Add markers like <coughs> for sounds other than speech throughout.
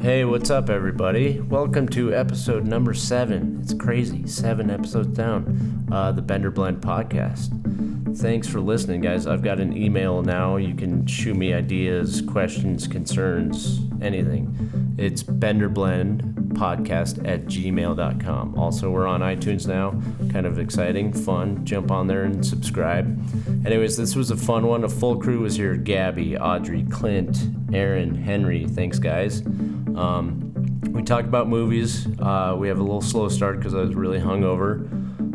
Hey, what's up, everybody? Welcome to episode number seven. It's crazy, seven episodes down. Uh, the Bender Blend podcast. Thanks for listening, guys. I've got an email now. You can shoot me ideas, questions, concerns, anything. It's benderblendpodcast at gmail.com. Also, we're on iTunes now. Kind of exciting, fun. Jump on there and subscribe. Anyways, this was a fun one. A full crew was here Gabby, Audrey, Clint, Aaron, Henry. Thanks, guys. Um, we talked about movies. Uh, we have a little slow start because I was really hungover.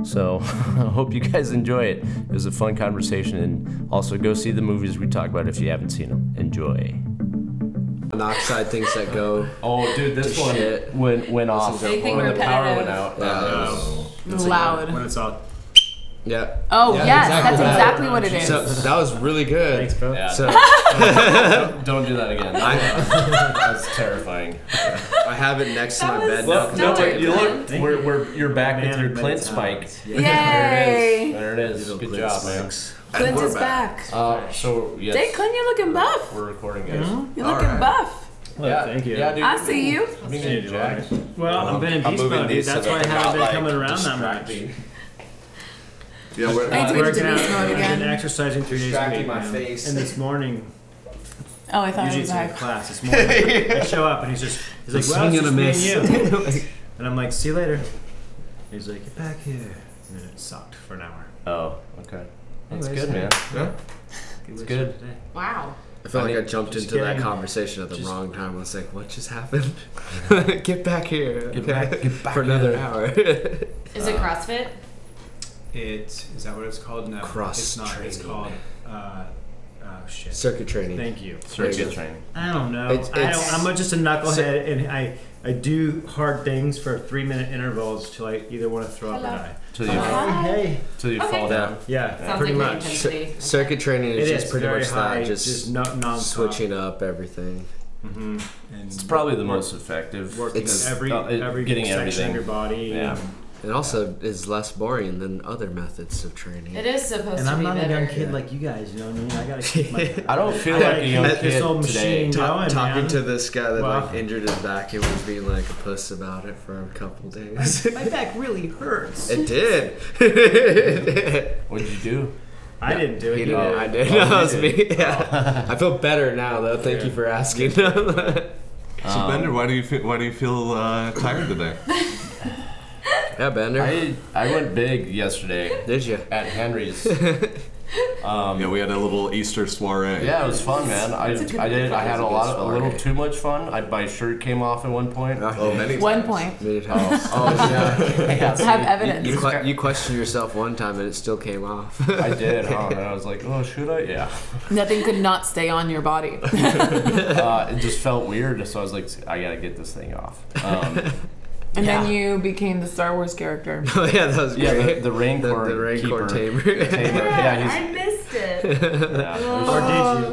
So <laughs> I hope you guys enjoy it. It was a fun conversation, and also go see the movies we talk about if you haven't seen them. Enjoy. monoxide things that go. Oh, dude, this one went went off Anything when the power repetitive. went out. Oh. Loud. When it's all Yeah. Oh Yeah, yes, exactly. that's exactly what it is. So that was really good. Thanks, bro. Yeah. <laughs> So Don't do that again. I, That's terrifying. I have it next to That my was bed so now. Well, no, Stellar, wait, <laughs> you look. Clint. We're, we're, you're back with Man your of Clint many spike. talents. Yay! There it is. Good job, man. Clint We're is back. Uh, so yes, Hey, Clint, you're looking buff. we're recording, guys. You're All looking right. buff. Look, thank you. Yeah, dude. I see you. we need a jack. Well, I've been in I'm peace moving mode, dude. these so That's that why I they're haven't not, been like, coming around that much. Yeah, we're, I need to get into Working out, beast mode I've been again. exercising three days a Distracting week, my man. face. And <laughs> this morning, Oh, I thought it usually was it's in high. class. This <laughs> morning, I show up and he's just he's like, "Well, it's just me and you," <laughs> and I'm like, "See you later." He's like, "Get back here," and then it sucked for an hour. Oh, okay. That's Anyways, good, man. It's good. Wow. I felt like I jumped Just into that kidding. conversation at the Just- wrong time. I was like, "What just happened? <laughs> get back here! Get back- get back for another here. hour." <laughs> Is it CrossFit? Uh, It is that what it's called? No, Cross it's not. It's training. called. Uh, oh shit. Circuit training. Thank you. Circuit training. I don't know. It's- I it's- don't, I'm a- just a knucklehead, and I, I do hard things for three minute intervals till I either want to throw up or Hello. die. Till you Um, hey, till you Okay. fall down. yeah, Sounds pretty like much. intense. Cir- Intensity. circuit training It is is just pretty very much high, that, just, just no, non switching up everything. Mm-hmm. And It's probably the most effective. working It's- every uh, it- every getting section everything. of your body. Yeah. It also is less boring than other methods of training. It is supposed And to I'm be not a better. young kid like you guys. You know what I mean? I gotta keep my. I don't feel I like gotta a young keep kid this old today. machine going, talking man. to this guy that Wow. like injured his back and was being like a puss about it for a couple days. my back really hurts. it <laughs> did. It did. What did you do? I didn't do it. He you did. did. I did. Oh, you that was did. me. Yeah. I feel better now though. Thank you for asking. <laughs> yeah, So Um, Bender, why do you feel, why do you feel uh, tired today? Bender. I I went big yesterday did you? at <laughs> Henry's. yeah, we had a little Easter soiree. Um, Yeah, it was fun, man. I, a good- I did. I had That's a a good lot, of, a story. little too much fun. I, my shirt came off at one <laughs> point. Oh, many. One point. Many times. Oh, <laughs> yeah. Yeah, I so have you- evidence. You, que- you questioned yourself one time and it still came off. <laughs> I did, huh? And I was like, oh, should I? <laughs> Yeah. Nothing could not stay on your body. Uh, it just felt weird, so I was like, I gotta get this thing off. Um, And then you became the Star Wars <laughs> character. oh yeah, that was yeah, great. the, the the, Rancor the Rancor keeper. tamer. <laughs> tamer. <laughs> Yeah, I missed it. he's. <laughs> Yeah, Or did you?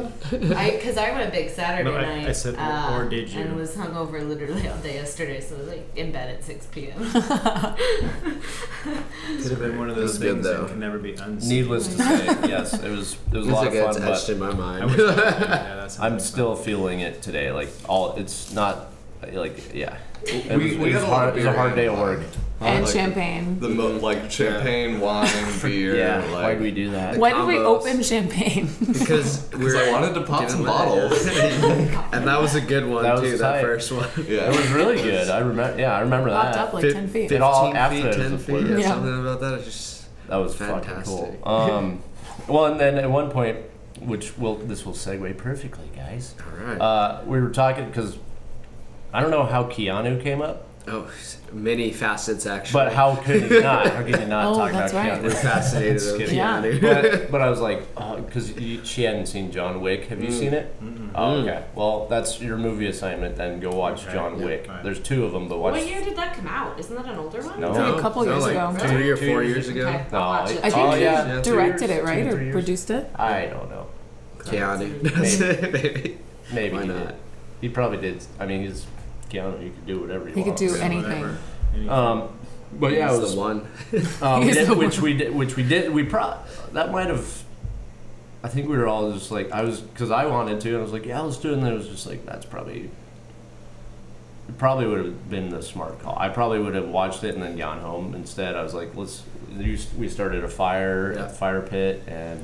<laughs> Because I, went a big Saturday No, I- night. I Uh, said, or- or did you? And was hungover literally all day yesterday, so I was like in bed at 6 <laughs> p.m. Could have been one of It those was good, things though. that can never be unseen. needless to <laughs> say, yes, it was. It was a It's lot like of it's fun, etched but in my I wish I mind. could, yeah, that sounds I'm like still feeling it today. Like all, it's not like yeah. It was, We- we it was had a lot hard. of It was a beer hard in day at the work. and like- champagne. The mo- like champagne, <laughs> wine, beer. Yeah, like, why'd we do that? Why did we combos. open champagne? <laughs> <laughs> Because we're Because I wanted to pop Given some what I bottles. <laughs> And that was a good one That was too. That tight. first one. yeah, It was really good. I remember. Yeah, I remember Popped up that. like Fif- 10 feet. It It all 15 after feet, it was 10 a feet. blur. Yeah, Yeah. something about that. It's just That was fucking Fantastic. cool. Um, well, and then at one point, which will this will segue perfectly, guys. all right. Uh, we were talking because I don't know how Keanu came up, oh, s- many facets actually. but how could he not? How could he not <laughs> Oh, talk about that's right. Keanu? we're <laughs> fascinated. Just with kidding. Yeah. Keanu. but, <laughs> but I was like, because she hadn't seen John Wick. Have you Mm. seen it? Oh, Mm. okay. Well, that's your movie assignment. Then go watch Okay. John Yeah. Wick. Fine. There's two of them, but watch. what year did that come out? Isn't that an older one? No. was like a couple No, years like ago. <laughs> Three or Two four years years ago. Okay, No, I'll watch it- it. I think Oh, he yeah. Yeah, two directed years, it, right? two, Or three years. produced it? I don't know. Keanu. <laughs> Maybe. Maybe Why he not? did. He probably did. I mean, he's Keanu. He could do whatever he, He could wants. do Yeah, anything. whatever. Anything. Um, but yeah, it He's was the one. Um, He's did- the which we did, which we did, we pro that might have. I think we were all just like I was because I wanted to, and I was like, yeah, let's do it. And then it was just like that's probably it probably would have been the smart call. I probably would have watched it and then gone home. Instead, I was like, let's. you- We started a fire Yeah. at the fire pit and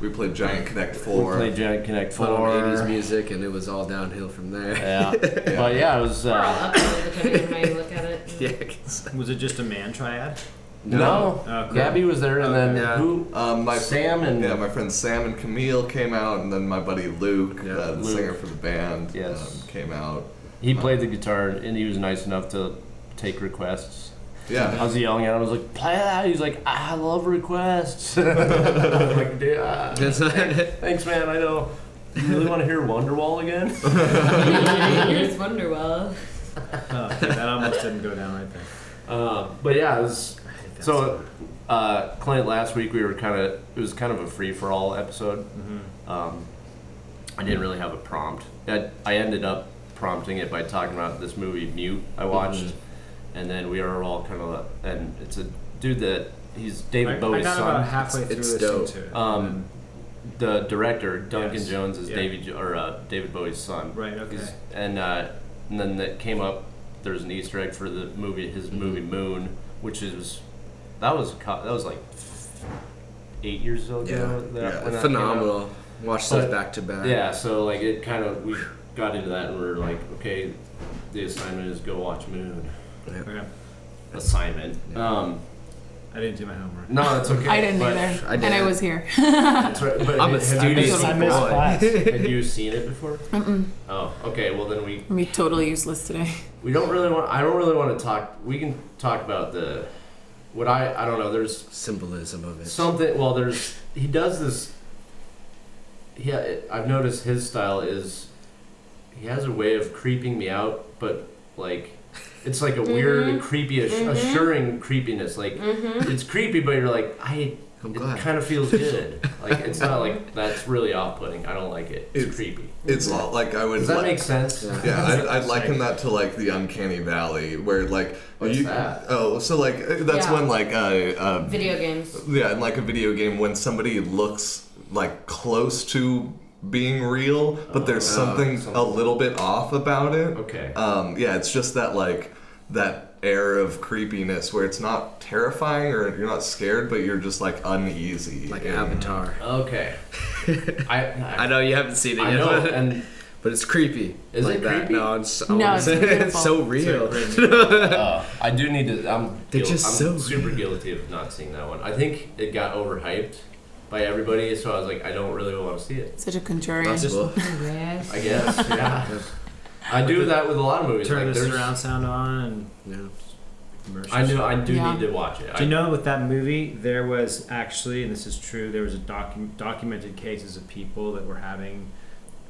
We played Giant Connect we Four. played Giant Connect Put on 80s Four. music, and it was all downhill from there. Yeah, but yeah, it was. We're all Uh, up to the country how you look <laughs> at it. <laughs> Yeah, 'cause- <laughs> Was it just a man triad? no, Oh, cool. Gabby was there, and then Yeah. who? Um, my Sam and yeah, my friends Sam and Camille came out, and then my buddy Luke, Yeah, uh, the Luke. singer for the band, Yes. um, came out. he played the guitar, and he was nice enough to take requests. I Yeah, was yelling at him. I was like, "Play that!" He's like, "I love requests." <laughs> I'm like, "Dude, ah, thanks, man. I know. You really want to hear Wonderwall again? <laughs> Here's Wonderwell. Oh, okay, that almost didn't go down right there. Uh, but yeah, it was I hate that So, song. uh, Clint, last week we were kind of it was kind of a free for all episode. Mm-hmm. Um, I didn't really have a prompt. I, I ended up prompting it by talking about this movie Mute I watched, Mm-hmm. and then we are all kind of and it's a dude that he's I, David I Bowie's got about son. halfway It's- through it's listening dope. to it. Um, the director Duncan Yes. Jones is Yeah. David or uh, David Bowie's son. right, okay. He's- and uh, and then that came up. There's an Easter egg for the movie, his Mm-hmm. movie Moon, which is that was co- that was like eight years ago. Yeah, that, when that came out. Phenomenal. Watch those But- back to back. Yeah, so like it kind of we got into that and we are like, okay, the assignment is go watch Moon. Okay. Assignment. Um, I didn't do my homework. no, that's okay. <laughs> I didn't but- either, I and I did. was here. <laughs> That's right, but I'm a have student. You, I seen- missed class. had you seen it before? Oh, okay. Well, then we I'm gonna be totally useless today. <laughs> We don't really want. I don't really want to talk. We can talk about the. What I I don't know. There's <laughs> Symbolism of it. something. Well, there's he does this. Yeah, I've noticed his style is. He has a way of creeping me out, but like, it's like a weird, creepy, assu- assuring creepiness. Like, it's creepy, but you're like, I. I'm it glad. kind of feels good. like, it's not like that's really off-putting. I don't like it. It's, creepy. it's all, like I would. Does that like- make sense? Yeah. Yeah, I'd, I'd liken that to like the uncanny valley, where like What's you. that? Oh, so like uh, that's Yeah. when like uh, uh, Video games. yeah, in like a video game when somebody looks like close to being real, but Oh, there's something a something. little bit off about <laughs> it. Okay. Um, yeah, it's just that like that air of creepiness where it's not terrifying or you're not scared, but you're just like uneasy. Like And- Avatar. Okay. I, I <laughs> I know you haven't seen it I yet, know, but- and <laughs> but it's creepy. Is like it that. creepy? No, it's, I <laughs> No, wanna it's say- beautiful. so So <laughs> real. great movie. uh, I do need to. I'm They're guil- just I'm so super guilty of not seeing that one. I think it got overhyped by everybody, so I was like, I don't really want to see it. Such a contrarian. Possible. Yes. I guess, yeah. I do that with a lot of movies. Turn like, the there's- surround sound on and No. immerse I do. yourself. I do Yeah. need to watch it. I, Do you know with that movie, there was actually, and this is true, there was a docu- documented cases of people that were having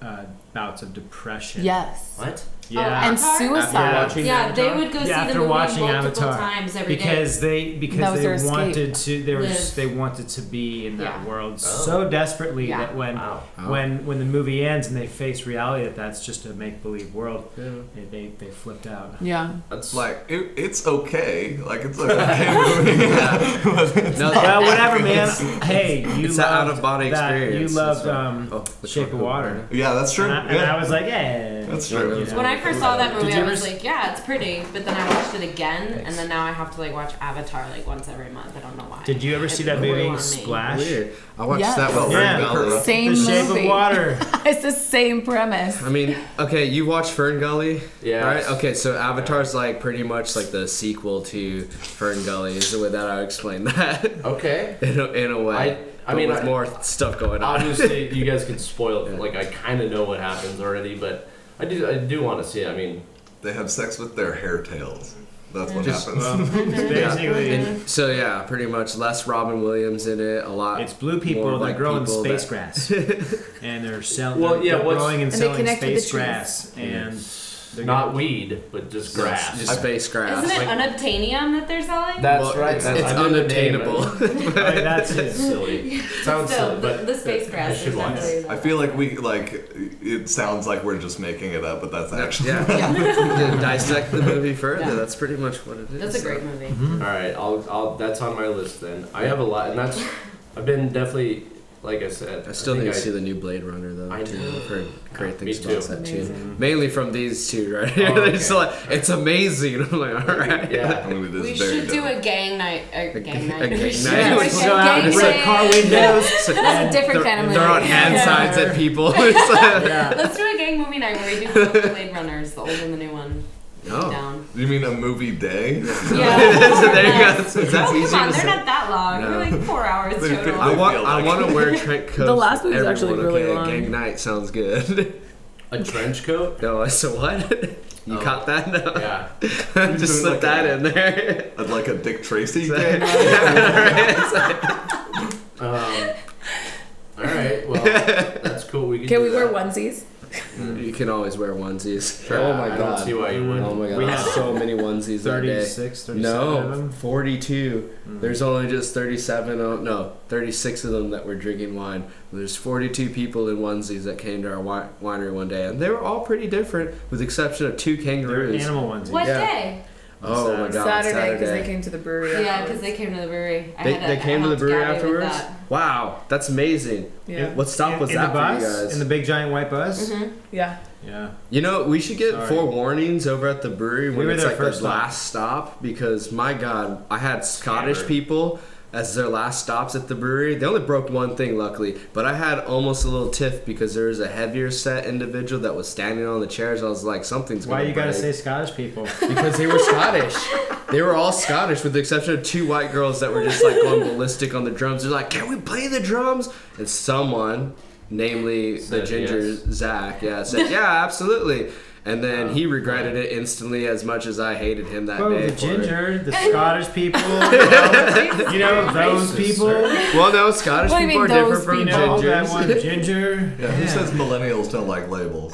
uh, bouts of depression. Yes. what? Yeah. Oh, And After suicide. watching Yeah, Avatar. they would go see yeah, the after movie watching multiple Avatar times every day. because they That because was their they escape. wanted to they were just, they Live. wanted to be in that Yeah. world Oh. so desperately Yeah. that when Wow. when when the movie ends and they face reality that that's just a make believe world, Yeah. they, they they <laughs> flipped out. Yeah. That's like. Like it, it's okay. Like it's <laughs> an okay movie. No, Well, whatever, man. Hey, you it's an loved out of body that- experience. You That's loved what- um, oh, the Shape of chocolate Water, Yeah, that's true. and I, and yeah. I was like, yeah, That's true. Yeah. When I first saw that Did movie, you I was ever- like, yeah, it's pretty. But then I watched it again, and then now I have to like watch Avatar like once every month. I don't know why. Did you ever It's see that really movie on me. Splash? Weird. I watched Yes. that one. Yeah. Ferngully. The Same Shape movie. of Water. <laughs> it's the same premise. I mean, okay, you watch Ferngully, Yes. right? Okay, so Avatar's like pretty much like the sequel to Ferngully. Is the way that I would explain <laughs> that Okay. in, a, in a way. I- I but mean, with I- more stuff going on. Obviously, you guys can spoil. it. Like I kind of know what happens already, but I do. I do want to see it. I mean, They have sex with their hair tails. That's what Just- happens. Well, it's basically, So yeah, pretty much less Robin Williams in it. A lot. it's blue people. more They're like growing people space that- grass, and they're selling. Well, yeah, they're what's- growing and they selling connect with the space trees. grass, and they're not gonna- weed, but just grass. Just space grass. Isn't it unobtainium that they're selling? That's Well, right. It's, that's, it's I knew the name, unattainable. but- I mean, oh, that's it. silly. Sounds Still, silly, but the, the space I grass. should is watch definitely it. that. I feel like we like it sounds like we're just making it up, but that's <laughs> actually yeah. <laughs> To dissect the movie further. Yeah. That's pretty much what it is. That's a great movie. All right, I'll, I'll. That's on my list then. I have a lot, and that's. I've been definitely like I said, I still think need to I- see the new Blade Runner though. I too. know. I've heard great Me things too. Oh, about that too. Amazing. Mainly from these two right <laughs> here. They're just like, it's amazing. <laughs> I'm like, all right. Yeah. I'm gonna do We this very should do dumb. a gang night. A gang night. a gang <laughs> We should night. do a Let's gang go out and night. break car windows. It's like, That's a different they're, kind of movie. they're on hand Yeah. signs at people. <laughs> It's <laughs> like- Let's do a gang movie night where <laughs> we do both the Blade Runners, the old and the new one. Oh. Down. <laughs> You mean a movie day? Yeah. so <laughs> there you go. Oh, It's, it's as easy come on, to they're say. not that long. No. They're like four hours They fit- total. I want. feel I like- want to wear trench coats. The last with one's actually everyone, really okay? long. Gang night sounds good. <laughs> a trench coat. no, <laughs> so what? You Oh. caught that? No. Yeah, <laughs> Just doing slip like that a- in there. <laughs> I'd like a Dick Tracy Exactly. game. Um, all right. Well, that's cool. We can. Can do we wear that. onesies? you can always wear onesies. Yeah, Oh I don't see why you wouldn't. Oh my god, We I have have so many onesies that day. 36, 37 of No, them. 42. Hmm. There's only just 37, oh, no, 36 of them that were drinking wine. There's 42 people in onesies that came to our wi- winery one day, and they were all pretty different, with the exception of two They're kangaroos. animal ones. What Yeah. day? Oh my god, Saturday, because they came to the brewery. Yeah, afterwards. because they came to the brewery. I They, had a- they I came to the helped brewery Gabby with afterwards? that. Wow, that's amazing. Yeah. What stop in, was in that the for you bus? guys? In the big giant white bus? Mm-hmm. Yeah. Yeah. You know, we should get Sorry. forewarnings over at the brewery when were it's there like first the stop. last stop because my god, I had Scottish Scammer. people as their last stops at the brewery. They only broke one thing luckily, but I had almost a little tiff because there was a heavier set individual that was standing on the chairs. I was like, something's Why going you gotta say Scottish <laughs> people? because they were Scottish. They were all Scottish, with the exception of two white girls that were just like going ballistic on the drums. They're like, "Can we play the drums?" And someone, namely the Said ginger yes. Zach, yeah, said, "Yeah, absolutely." And then Oh, he regretted it instantly, as much as I hated him that Well, day. for the it. ginger, <laughs> the Scottish people, well, you know those people. Well, no, Scottish What do you people are mean different those from You know that one gingers. <laughs> ginger. Yeah, who says millennials don't like labels?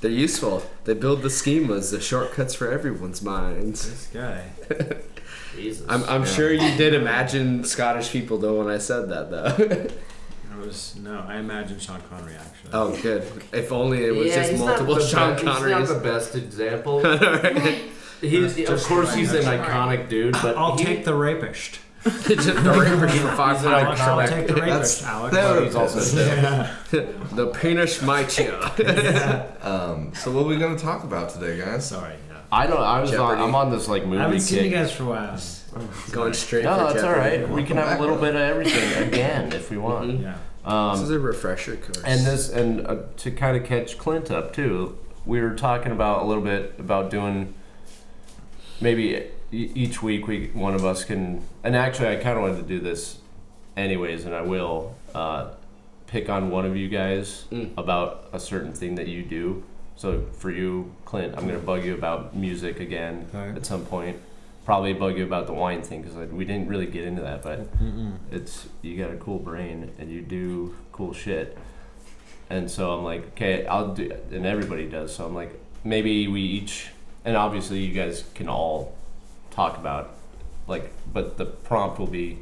They're useful. They build the schemas, the shortcuts for everyone's minds. This guy. Jesus. I'm, I'm Yeah. sure you did imagine Scottish people though when I said that though. <laughs> It was no. I imagine Sean Connery actually. Oh, good. If only it was Yeah, just he's not multiple the Sean be- Connerys. He's <laughs> not the best <laughs> example. he's, That's of just course, fine. he's an That's iconic dude, but I'll he, take the rapist. Just the rapist for five He's an hundred iconic- I'll dollars. take the That's rapist, Alex. he's <laughs> also Yeah. The penis might you. Um, so what are we gonna talk about today, guys? Sorry. Yeah. I don't. I was on. Jeopardy. I'm on this like movie. I haven't seen you kick. guys for a while. Going straight. No, for that's all Jeopardy. right. We can have a little bit of everything again if we want. Yeah. This Um, is a refresher course. and this, and uh, to kind of catch Clint up too, we were talking about a little bit about doing maybe e- each week we one of us can. And actually, I kind of wanted to do this anyways, and I will uh, pick on one of you guys Mm. about a certain thing that you do. So for you, Clint, I'm gonna bug you about music again at some point. Probably bug you about the wine thing because we didn't really get into that, but it's you got a cool brain and you do cool shit. And so I'm like, okay, I'll do, and everybody does. So I'm like, maybe we each, and obviously you guys can all talk about, like, but the prompt will be,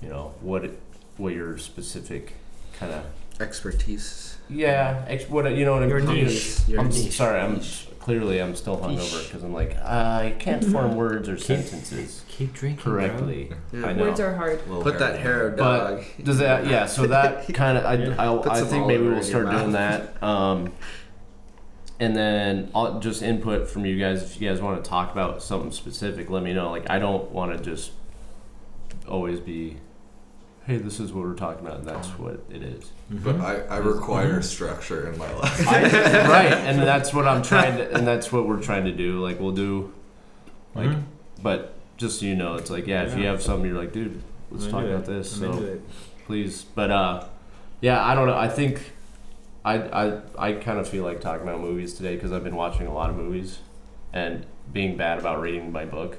you know, what it, what your specific kind of expertise. yeah, ex- what you know what I mean. Your niche. Your I'm niche. sorry. I'm clearly I'm still hungover because I'm like Uh, I can't form words or sentences Keep drinking. correctly. Yeah. I know. Words are hard. Little Put that hair. hair, But dog. does that yeah? <laughs> So that kind of I I'll, Put I some think maybe olive we'll in start your doing that. Um, and then I'll just input from you guys if you guys want to talk about something specific. Let me know. Like I don't want to just always be. Hey, this is what we're talking about, and that's what it is. But uh, I, Mm-hmm. I require structure in my life. I, right, and that's what I'm trying to, and that's what we're trying to do. Like we'll do, like, Mhm. but just so you know, it's like yeah, if you Yeah. have something, you're like, dude, let's I'm talk into about it. this. I'm so into it. please, but uh, yeah, I don't know. I think I I I kind of feel like talking about movies today because I've been watching a lot of movies and being bad about reading my book,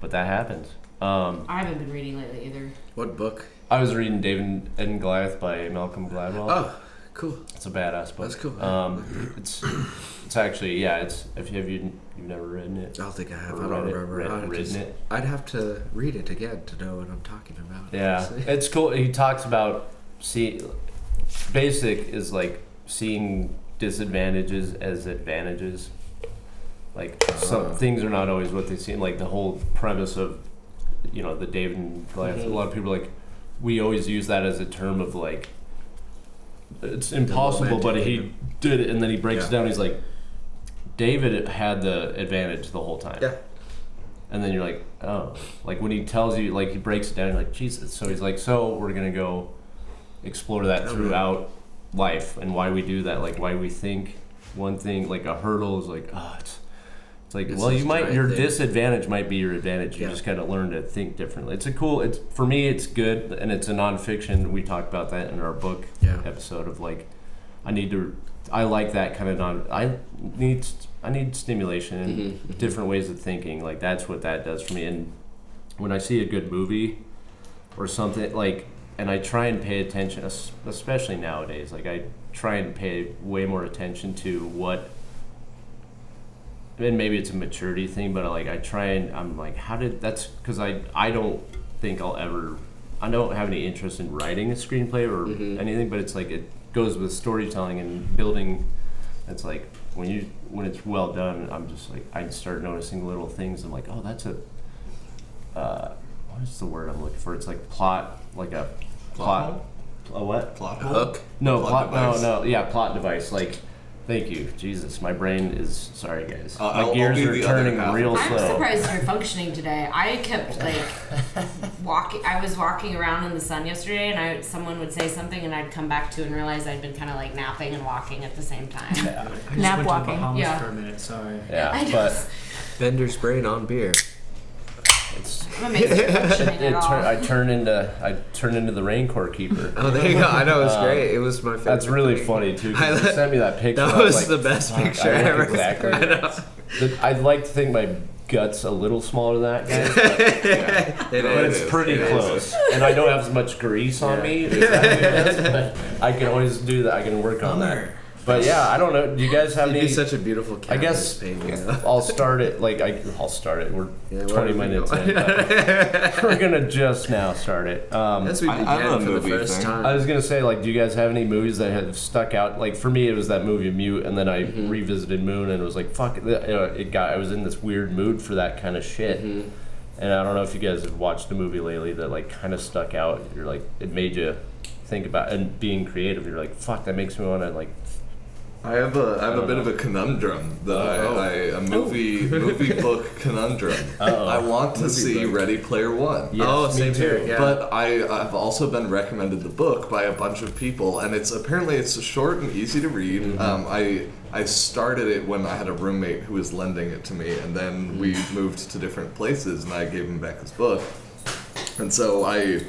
but that happens. Um, I haven't been reading lately either. What book? I was reading David and Goliath by Malcolm Gladwell. Oh, cool. It's a badass book. That's cool. Um, it's it's actually yeah. It's if you have you you've never written I it. don't think I have. or I read don't it- remember. read- I'd, written just- it. I'd have to read it again to know what I'm talking about. Yeah, <laughs> honestly. it's cool. He talks about see, basic is like seeing disadvantages as advantages. Like Ah. some things are not always what they seem. Like the whole premise of, you know, the David and Goliath. A lot of people are like, we always use that as a term of like it's impossible, but he did it, and then he breaks it Yeah. down. He's like, David had the advantage the whole time. Yeah. And then you're like, oh, like when he tells you, like he breaks it down, you're like, Jesus. So he's like, so we're gonna go explore that throughout life and why we do that, like why we think one thing, like a hurdle is like, oh, it's, it's like, It's well, this you might giant your thing. disadvantage might be your advantage. You Yeah. just kind of learn to think differently. It's a cool. It's for me, it's good, and it's a nonfiction. We talked about that in our book Yeah. episode of like I need to I like that kind of non I need I need stimulation and different ways of thinking like that's what that does for me and when I see a good movie or something like and I try and pay attention es- especially nowadays like I try and pay way more attention to what and maybe it's a maturity thing but like I try and I'm like how did that's because I I don't think I'll ever I don't have any interest in writing a screenplay or anything, but it's like it goes with storytelling and building. It's like when you when it's well done, I'm just like I start noticing little things. I'm like, oh, that's a uh, what is the word I'm looking for? It's like plot, like a plot, a what? Plot Hook. No, Plot plot. device. no, no. Yeah, plot device. Like, thank you, Jesus. My brain is sorry, guys. Uh, my I'll- I'll gears be are the other turning half. real I'm slow. surprised you're functioning today. <laughs> I kept like walking. I was walking around in the sun yesterday, and I someone would say something, and I'd come back to and realize I'd been kind of like napping and walking at the same time. I just Nap went to walking, the Bahamas yeah. for a minute. Sorry. Yeah, I but just, <laughs> Bender's brain on beer. it's I'm <laughs> amazed you're functioning It at tur- all. I turn into I turn into the raincore keeper. <laughs> Oh, there you go. I know it was Um, great. It was my favorite. That's really thing. funny too. 'cause I you li- sent me that picture. That I was like, the best "Fuck, <laughs> picture I look ever. Exactly. I know. The- I'd like to think my guts a little smaller than that guy, It but is. it's pretty It is. close. And I don't have as much grease on me. as that dude does, but I can always do that. I can work on that. But yeah, I don't know. Do you guys have It'd be any? such a beautiful canvas I guess- painting. <laughs> I'll start it. Like I, I'll start it. We're Yeah, where twenty are we minutes going? in. but <laughs> We're gonna just now start it. Um, As we I- I began have a for the movie first thing. time. I was gonna say, like, do you guys have any movies that have stuck out? Like for me, it was that movie Mute, and then I Mm-hmm. revisited Moon, and it was like, fuck, it, uh, it got. I was in this weird mood for that kind of shit, Mm-hmm. and I don't know if you guys have watched a movie lately that like kind of stuck out. You're like, it made you think about and being creative. You're like, fuck, that makes me want to like. I have a I I have a don't bit know. of a conundrum that Oh. I, I a movie <laughs> movie book conundrum. I want to see Ready Player One. Yes, oh, me same here. too. Yeah. But I, I've also been recommended the book by a bunch of people, and it's apparently it's short and easy to read. Mm-hmm. Um, I I started it when I had a roommate who was lending it to me, Mm-hmm. and then we moved to different places, and I gave him back his book, and so I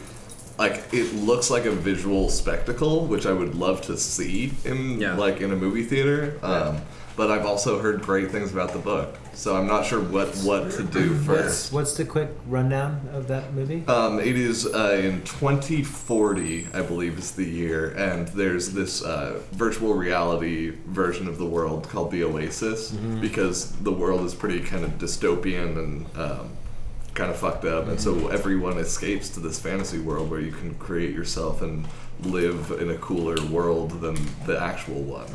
like it looks like a visual spectacle, which I would love to see in Yeah. like in a movie theater. Um, But I've also heard great things about the book, so I'm not sure what what to do first. What's, what's the quick rundown of that movie? Um, it is uh, in 2040, I believe, is the year, and there's this uh, virtual reality version of the world called the Oasis because the world is pretty kind of dystopian and um, kind of fucked up, and so everyone escapes to this fantasy world where you can create yourself and live in a cooler world than the actual one.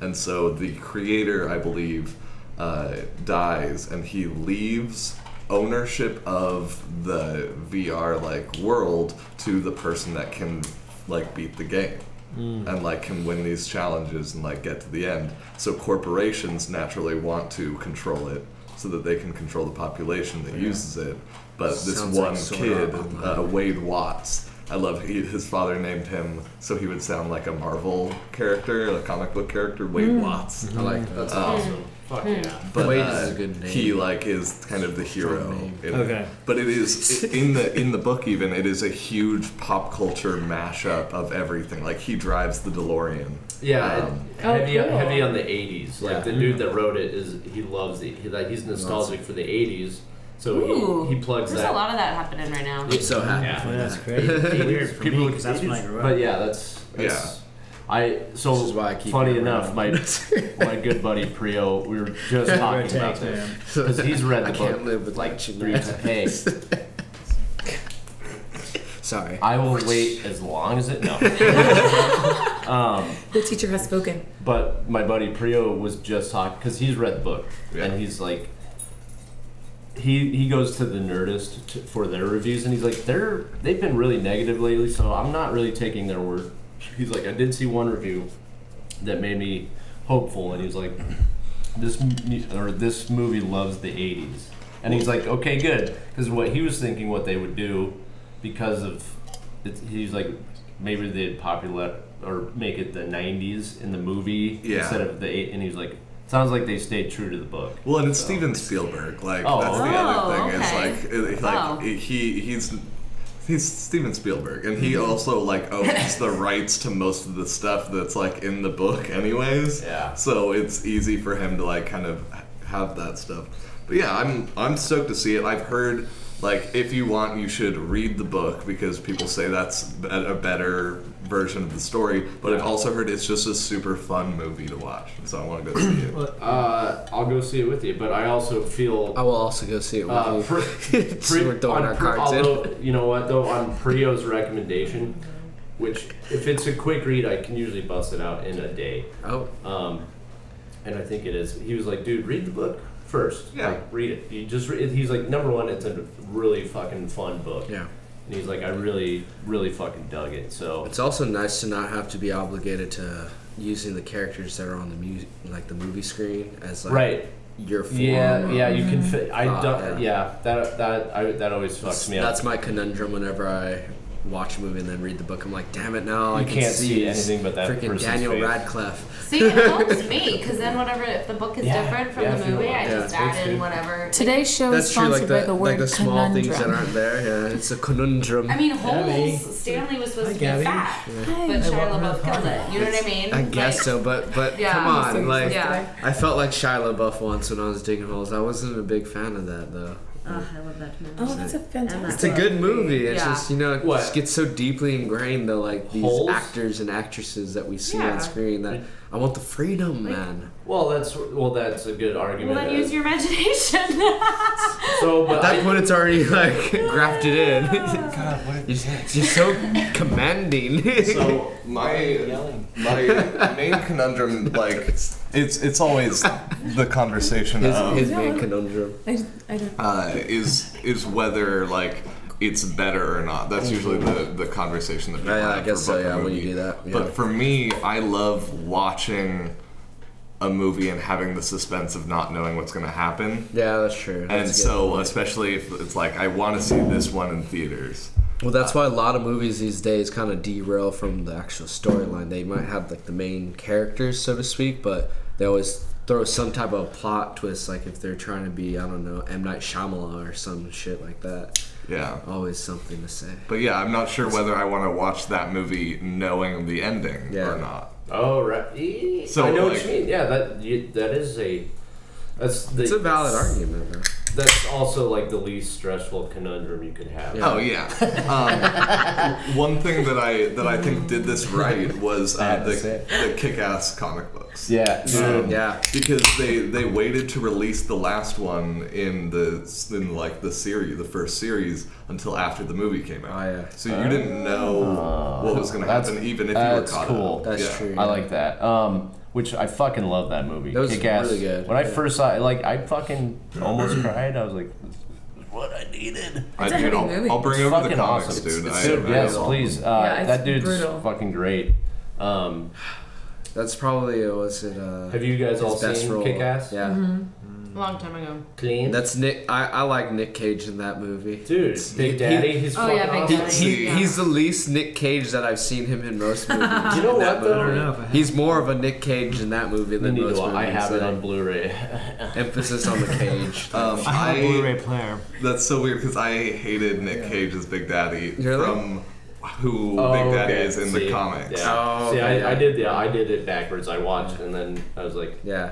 And so the creator, I believe, uh, dies, and he leaves ownership of the VR like world to the person that can like beat the game and like can win these challenges and like get to the end. So corporations naturally want to control it so that they can control the population that uses it. But this Sounds like one Sora kid, Online. uh, Wade Watts. I love he, his father named him so he would sound like a Marvel character, a comic book character, Wade Watts. I like that. That's Mm-hmm. awesome. Fuck yeah. But Wade uh, is a good name. he like is kind of the hero. name. in it. Okay. But it is in the in the book even it is a huge pop culture mashup of everything. Like he drives the DeLorean. Yeah, it- Um, Oh, heavy, cool. heavy on the '80s. Like Yeah. the dude that wrote it is he loves it. He, like he's nostalgic for the '80s, so Ooh, he, he plugs there's that. a lot of that happening right now. I'm so happy. <laughs> Yeah. Boy, that's crazy. <laughs> Weird for me People- because that's when I grew up. But yeah, that's, that's I so This is why I keep funny it enough, around. my <laughs> my good buddy Prio, we were just talking about Text, this man. because he's read the I book can't live with like that shit. three times. Hey, Sorry. I will wait as long as it no. The teacher has spoken. But my buddy Prio was just talking because he's read the book Yeah. and he's like, he he goes to the Nerdist to, for their reviews, and he's like, they're they've been really negative lately, so I'm not really taking their word. He's like, I did see one review that made me hopeful, and he's like, this mu- or this movie loves the '80s, and he's like, okay, good, because what he was thinking, what they would do, because of, it's, he's like, maybe they'd popular or make it the '90s in the movie Yeah. instead of the eight, and he's like. Sounds like they stayed true to the book. Well, and it's Steven Spielberg. Like Oh, that's the okay. other Oh, thing okay. Oh. is like, it- like Wow. he he's he's Steven Spielberg, and he Mm-hmm. also <laughs> like owns the rights to most of the stuff that's like in the book, anyways. Yeah. So it's easy for him to like kind of have that stuff. But yeah, I'm I'm stoked to see it. I've heard like if you want, you should read the book because people say that's be- a better version of the story. But I've also heard it's just a super fun movie to watch, so I want to go see <clears throat> it. Uh, I'll go see it with you, but I also feel I will also go see it with uh, Oh. <laughs> you. pre, So pre- we're throwing on our pre- cards in. although you know what though on Prio's recommendation, which if it's a quick read, I can usually bust it out in a day. Oh, Um, and I think it is. He was like, "Dude, read the book first. Yeah. Like, read it. You just re-. he's like, number one, it's a really fucking fun book. yeah. And he's like, I really, really fucking dug it. So It's also nice to not have to be obligated to using the characters that are on the mu- like the movie screen as like right, your form. yeah, of- yeah, you can fit. I Ah, don't- yeah. that that I, that always fucks That's, me up. that's my conundrum whenever I watch a movie and then read the book. I'm like, damn it, now I You can can't see his anything but that freaking person's Daniel face. Radcliffe. See, it helps me because then whatever if the book is Yeah. different from Yeah, I the feel movie, that. I Yeah, just it's add in good. whatever. Today's show That's is true, sponsored like the, by the word like the small things that conundrum. aren't there. Yeah, it's a conundrum. I mean, Gabby. holes. Stanley was supposed Hi, to be Gabby. fat, Hi. but I Shia want her LaBeouf to killed it. You know what I mean? I guess Like, so, but but Yeah. come on, like Yeah. I felt like Shia LaBeouf once when I was digging holes. I wasn't a big fan of that though. Oh, I love that movie. Oh, that's a fantastic. It's a good movie. It's Yeah. just you know, it What? just gets so deeply ingrained that like these Holes? actors and actresses that we see Yeah. on screen that I want the freedom, man. Well, that's well, that's a good argument. Well, then Uh, use your imagination. so, At but that I, point, it's already like <laughs> grafted <laughs> in. God, what you're, you're so commanding. <laughs> So my yelling. my main conundrum, like it's it's always the conversation his, of his main conundrum. <laughs> I, I don't. uh, is is whether like it's better or not. That's usually the the conversation that people Mm-hmm. Yeah, I have for guess so, book or yeah, when you movie. do that, yeah. But for me, I love watching a movie and having the suspense of not knowing what's going to happen. Yeah, that's true. That's And good. so, especially if it's like I want to see this one in theaters. Well, uh, that's why a lot of movies these days kind of derail from the actual storyline. They might have like the main characters, so to speak, but they always throw some type of plot twist, like if they're trying to be, I don't know, M Night Shyamalan or some shit like that. Yeah. Always something to say. But yeah, I'm not sure whether I want to watch that movie knowing the ending Yeah. or not. oh right, So, so I know like- what you mean. Yeah, that you, that is a that's the, It's a valid argument, though. That's also like the least stressful conundrum you could have. Oh yeah. Um, <laughs> one thing that I that I think did this right was uh, the That's it. the kick-ass comic books. Yeah, Um, Yeah. Because they they waited to release the last one in the in like the series, the first series, until after the movie came out. Oh, yeah. So you didn't know what was going to happen, even if you were Oh. that's caught cool. up. That's Yeah. true. I like that. Um, which I fucking love that movie. That was Kick-Ass. really good, When I yeah. first saw it, like I fucking almost cried. I was like, "This is what I needed." I, It's a dude, heavy I'll, movie. I'll It's bring over the fucking comics, awesome. dude. I- Um, Dude, I yes, love please. Uh, Yeah, it's that dude's brutal. fucking great. Um, That's probably, uh, was it, uh, Have you guys his all best seen role. Kick Ass? Yeah. Long time ago. Clean. That's Nick. I, I like Nick Cage in that movie. Dude, Big he- Daddy, he's Oh, fucking yeah, Big awesome. Daddy. He, Yeah. He's the least Nick Cage that I've seen him in most movies. You know In that what, though? movie. I don't know if I have. He's more of a Nick Cage in that movie You than need to most wa- movies. I have it so on Blu-ray. emphasis on the cage. it. Um, I have a Blu-ray player. <coughs> That's so weird because I hated Nick Cage as Big Daddy Really? from who Oh, Big Daddy okay. is in See, the comics. Yeah. Oh, See, I, okay, I yeah. did yeah, I did it backwards. I watched and then I was like, yeah,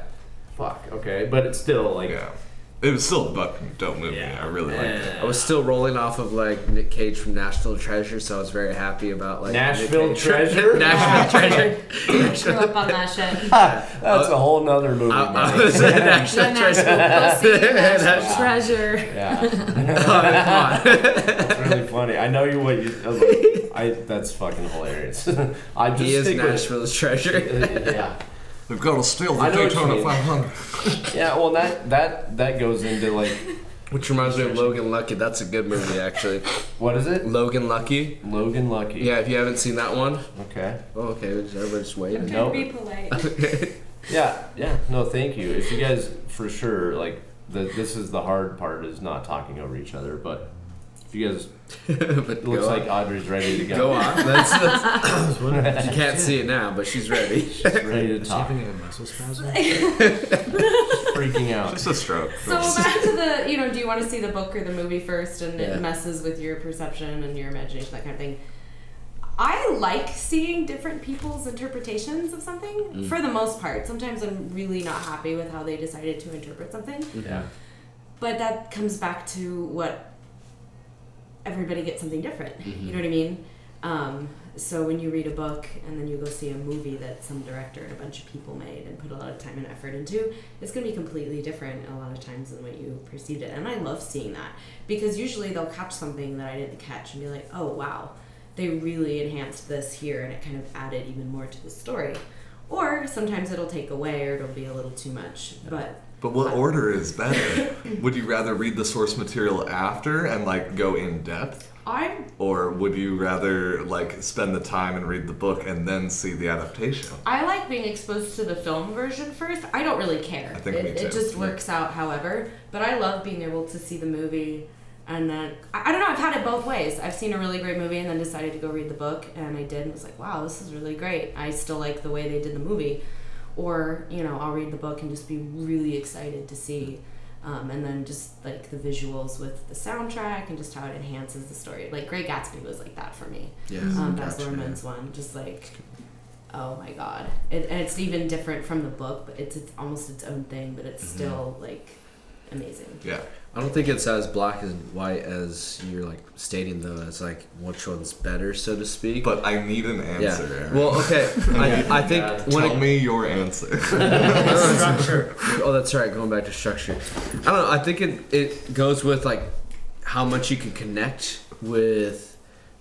fuck, okay, but it's still like, Yeah. It was still a fucking dope movie. Yeah. I really liked it. I was still rolling off of like Nick Cage from National Treasure, so I was very happy about like Nashville Nick Cage. <laughs> Treasure. <laughs> National Treasure. Grew up on that shit. That's a whole nother movie. I, I man. was in National <laughs> Then Treasure. that's <laughs> the pussy, that's That's- Treasure. yeah, Oh, come on. it's really funny. I know you. What you? I, was like, I that's fucking hilarious. <laughs> I just He is stick with- Nashville's treasure. uh, <laughs> yeah. They've got to steal I the know what you Daytona mean. 500. Yeah, well, that that that goes into like Which reminds me of Logan Lucky. That's a good movie, actually. What is it? Logan Lucky. Logan Lucky. Yeah, if you haven't seen that one. Okay. Oh, okay. Everybody just wait. I'm trying Nope. to <laughs> be polite. Yeah. Yeah. No, thank you. If you guys, for sure, like, the, this is the hard part is not talking over each other, but if you guys, <laughs> but it looks go like on. Audrey's ready to go. Go <laughs> on. That's, that's, was wondering. you can't see it now, but she's <laughs> ready. Ready to Is she talk. having a muscle spasm? Freaking out. <laughs> Just a stroke. So back to the, you know, do you want to see the book or the movie first, and Yeah. it messes with your perception and your imagination, that kind of thing. I like seeing different people's interpretations of something for the most part. Sometimes I'm really not happy with how they decided to interpret something, Yeah. but that comes back to what everybody gets something different. You know what I mean? Um, so when you read a book and then you go see a movie that some director and a bunch of people made and put a lot of time and effort into, it's going to be completely different a lot of times than what you perceived it. And I love seeing that because usually they'll catch something that I didn't catch and be like, oh wow, they really enhanced this here and it kind of added even more to the story. Or sometimes it'll take away or it'll be a little too much. But But what order is better? would you rather read the source material after and like go in depth? I Or would you rather like spend the time and read the book and then see the adaptation? I like being exposed to the film version first. I don't really care. I think it, me too, it just yeah. works out however. But I love being able to see the movie and then I, I don't know, I've had it both ways. I've seen a really great movie and then decided to go read the book and I did and was like, Wow, this is really great. I still like the way they did the movie. Or, you know, I'll read the book and just be really excited to see um, and then just like the visuals with the soundtrack and just how it enhances the story. Like Great Gatsby was like that for me Yeah. Mm-hmm. um, Baz gotcha. Luhrmann's one. Just like, oh my god, it, and it's even different from the book, but it's, it's almost its own thing. But Mm-hmm. it's still like amazing. Yeah. I don't think it's as black and white as you're like stating though. As like which one's better, so to speak. But I need an yeah. answer. Aaron. Well, okay. <laughs> I, I think when Tell it me your answer. Structure. <laughs> Oh, that's right. Going back to structure, I don't know. I think it it goes with like how much you can connect with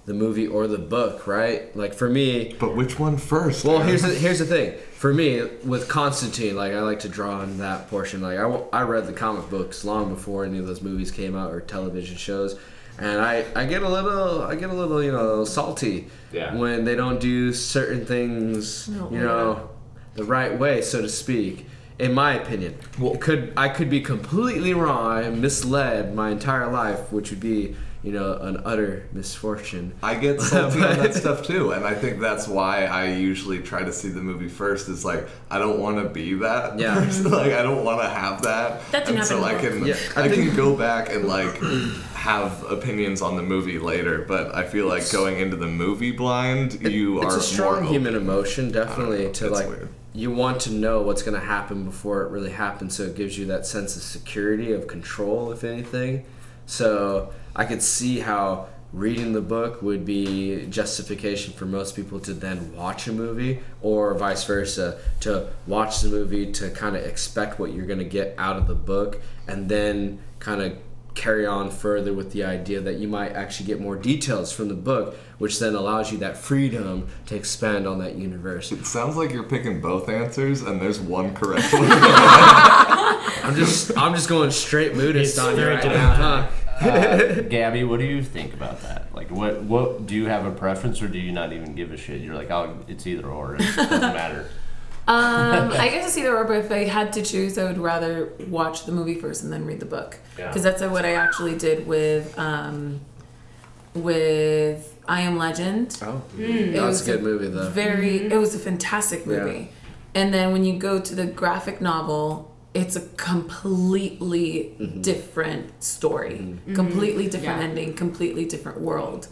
the movie or the book, right? Like for me, but which one first? well, Aaron? here's the, here's the thing. For me, with Constantine, like I like to draw on that portion. Like I, w- I read the comic books long before any of those movies came out or television shows, and I, I get a little I get a little you know salty Yeah. when they don't do certain things No, you yeah. know the right way, so to speak. In my opinion, Well- It could I could be completely wrong, I am misled my entire life, which would be you know an utter misfortune. I get salty on <laughs> that stuff too, and I think that's why I usually try to see the movie first. Is like I don't want to be that Yeah. person. <laughs> Like I don't want to have that. That didn't and so I happen can Yeah, I I, think- can go back and like have opinions on the movie later. But I feel like going into the movie blind, you it's are a strong more human emotion definitely know, to it's like weird. you want to know what's going to happen before it really happens so it gives you that sense of security of control if anything so i could see how reading the book would be justification for most people to then watch a movie or vice versa to watch the movie to kind of expect what you're going to get out of the book and then kind of carry on further with the idea that you might actually get more details from the book, which then allows you that freedom to expand on that universe. It sounds like you're picking both answers, and there's <laughs> one correct one. I'm just I'm just going straight Buddhist It's on you very right now, huh? Uh, Gabby, what do you think about that? Like, what, what do you have a preference, or do you not even give a shit? You're like, oh, it's either or. It <laughs> doesn't matter. Um, I guess it's either or, but if I had to choose, I would rather watch the movie first and then read the book Yeah. because that's what I actually did with um, with I Am Legend. Oh, It that's was a good movie though. Very, it was a fantastic Yeah. movie. And then when you go to the graphic novel, it's a completely Mm-hmm. different story, completely different Yeah. ending, completely different world.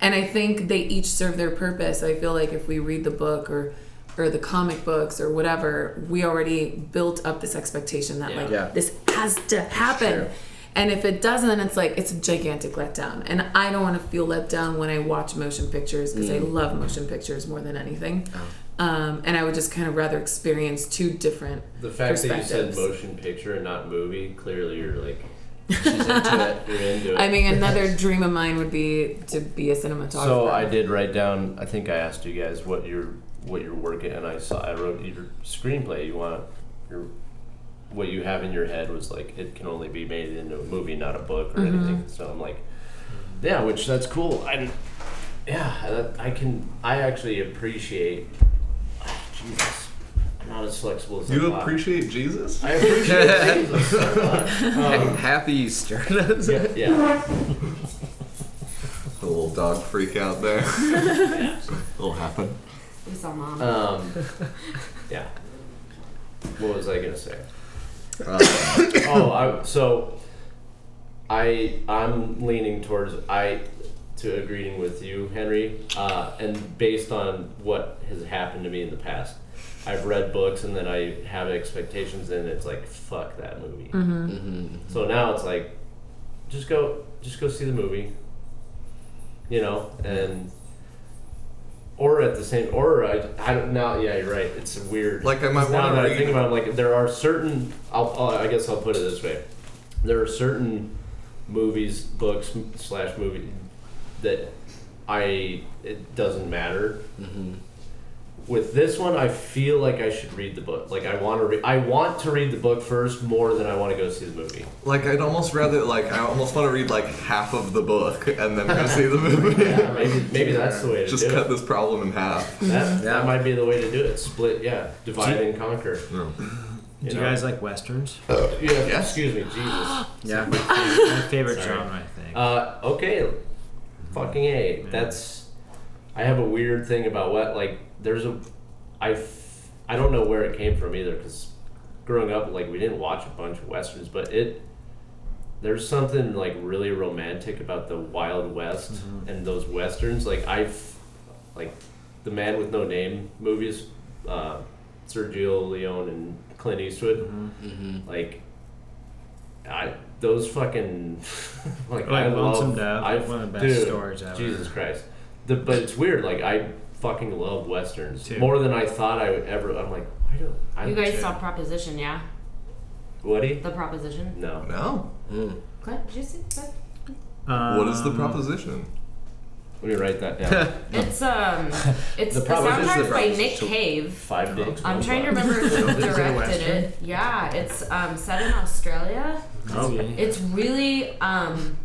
And I think they each serve their purpose. I feel like if we read the book or or the comic books or whatever, we already built up this expectation that like Yeah. this has to happen. Sure. And if it doesn't, it's like it's a gigantic letdown. And I don't want to feel let down when I watch motion pictures because I Mm. love motion pictures more than anything. Um, and I would just kind of rather experience two different. The fact that you said Perspectives. motion picture and not movie, clearly you're like, She's into you're <laughs> into it. I mean, another dream of mine would be to be a cinematographer. So I did write down. I think I asked you guys what your what your work and I saw. I wrote your screenplay. You want your what you have in your head was like it can only be made into a movie, not a book or anything. So I'm like, yeah, which that's cool. And yeah, I I can. I actually appreciate. ah, Jesus, I'm not as flexible as I You thought. appreciate Jesus? I appreciate Jesus. so much. <laughs> Ha- Um, Happy Easter. <laughs> yeah, yeah. The little dog freak <laughs> out there. It'll happen. We saw mom. Uh, Um, yeah. What was I gonna say? Uh, oh, I, so I I'm leaning towards I to agreeing with you, Henry, uh, and based on what has happened to me in the past. I've read books and then I have expectations and it's like fuck that movie. So now it's like just go just go see the movie. You know, and or at the same or I, I don't now yeah you're right it's weird Like, I might 'Cause now wanna that I read- think about it, I'm like there are certain I'll, I'll I guess I'll put it this way there are certain movies books slash movie that I it doesn't matter Mm-hmm. with this one I feel like I should read the book like I want to re- I want to read the book first more than I want to go see the movie like I'd almost rather like I almost want to read like half of the book and then go see the <laughs> movie. yeah, maybe maybe that's the way to <laughs> Just do cut it. this problem in half. That, that might be the way to do it. Split, yeah, divide and conquer. Do you know? guys like westerns? Yeah, Yes. excuse me, <gasps> Jesus. yeah. My favorite Sorry. genre, I think. Uh, okay, fucking a. Yeah. That's. I have a weird thing about what like there's a, I, f- I don't know where it came from either because, growing up like we didn't watch a bunch of westerns but it, there's something like really romantic about the Wild West Mm-hmm. and those westerns like I, f- like, the Man with No Name movies, uh, Sergio Leone and Clint Eastwood, Mm-hmm. like. I, those fucking <laughs> like, Like I Lonesome love, Dove, I one of the best dude, stories ever. Jesus Christ, the, but it's weird. Like I fucking love westerns Too. more than I thought I would ever. I'm like, I don't. I you guys too. saw Proposition, yeah? Woody? The Proposition. No. No. Clint, did you see that? What is the Um, proposition? Let me write that <laughs> down. It's um, it's The the, Proposition- soundtrack's by Proposition. Nick Cave. Five dicks. I'm one trying to butt. remember <laughs> Is it who a directed western? it. Yeah, it's um, set in Australia. Okay. It's really um,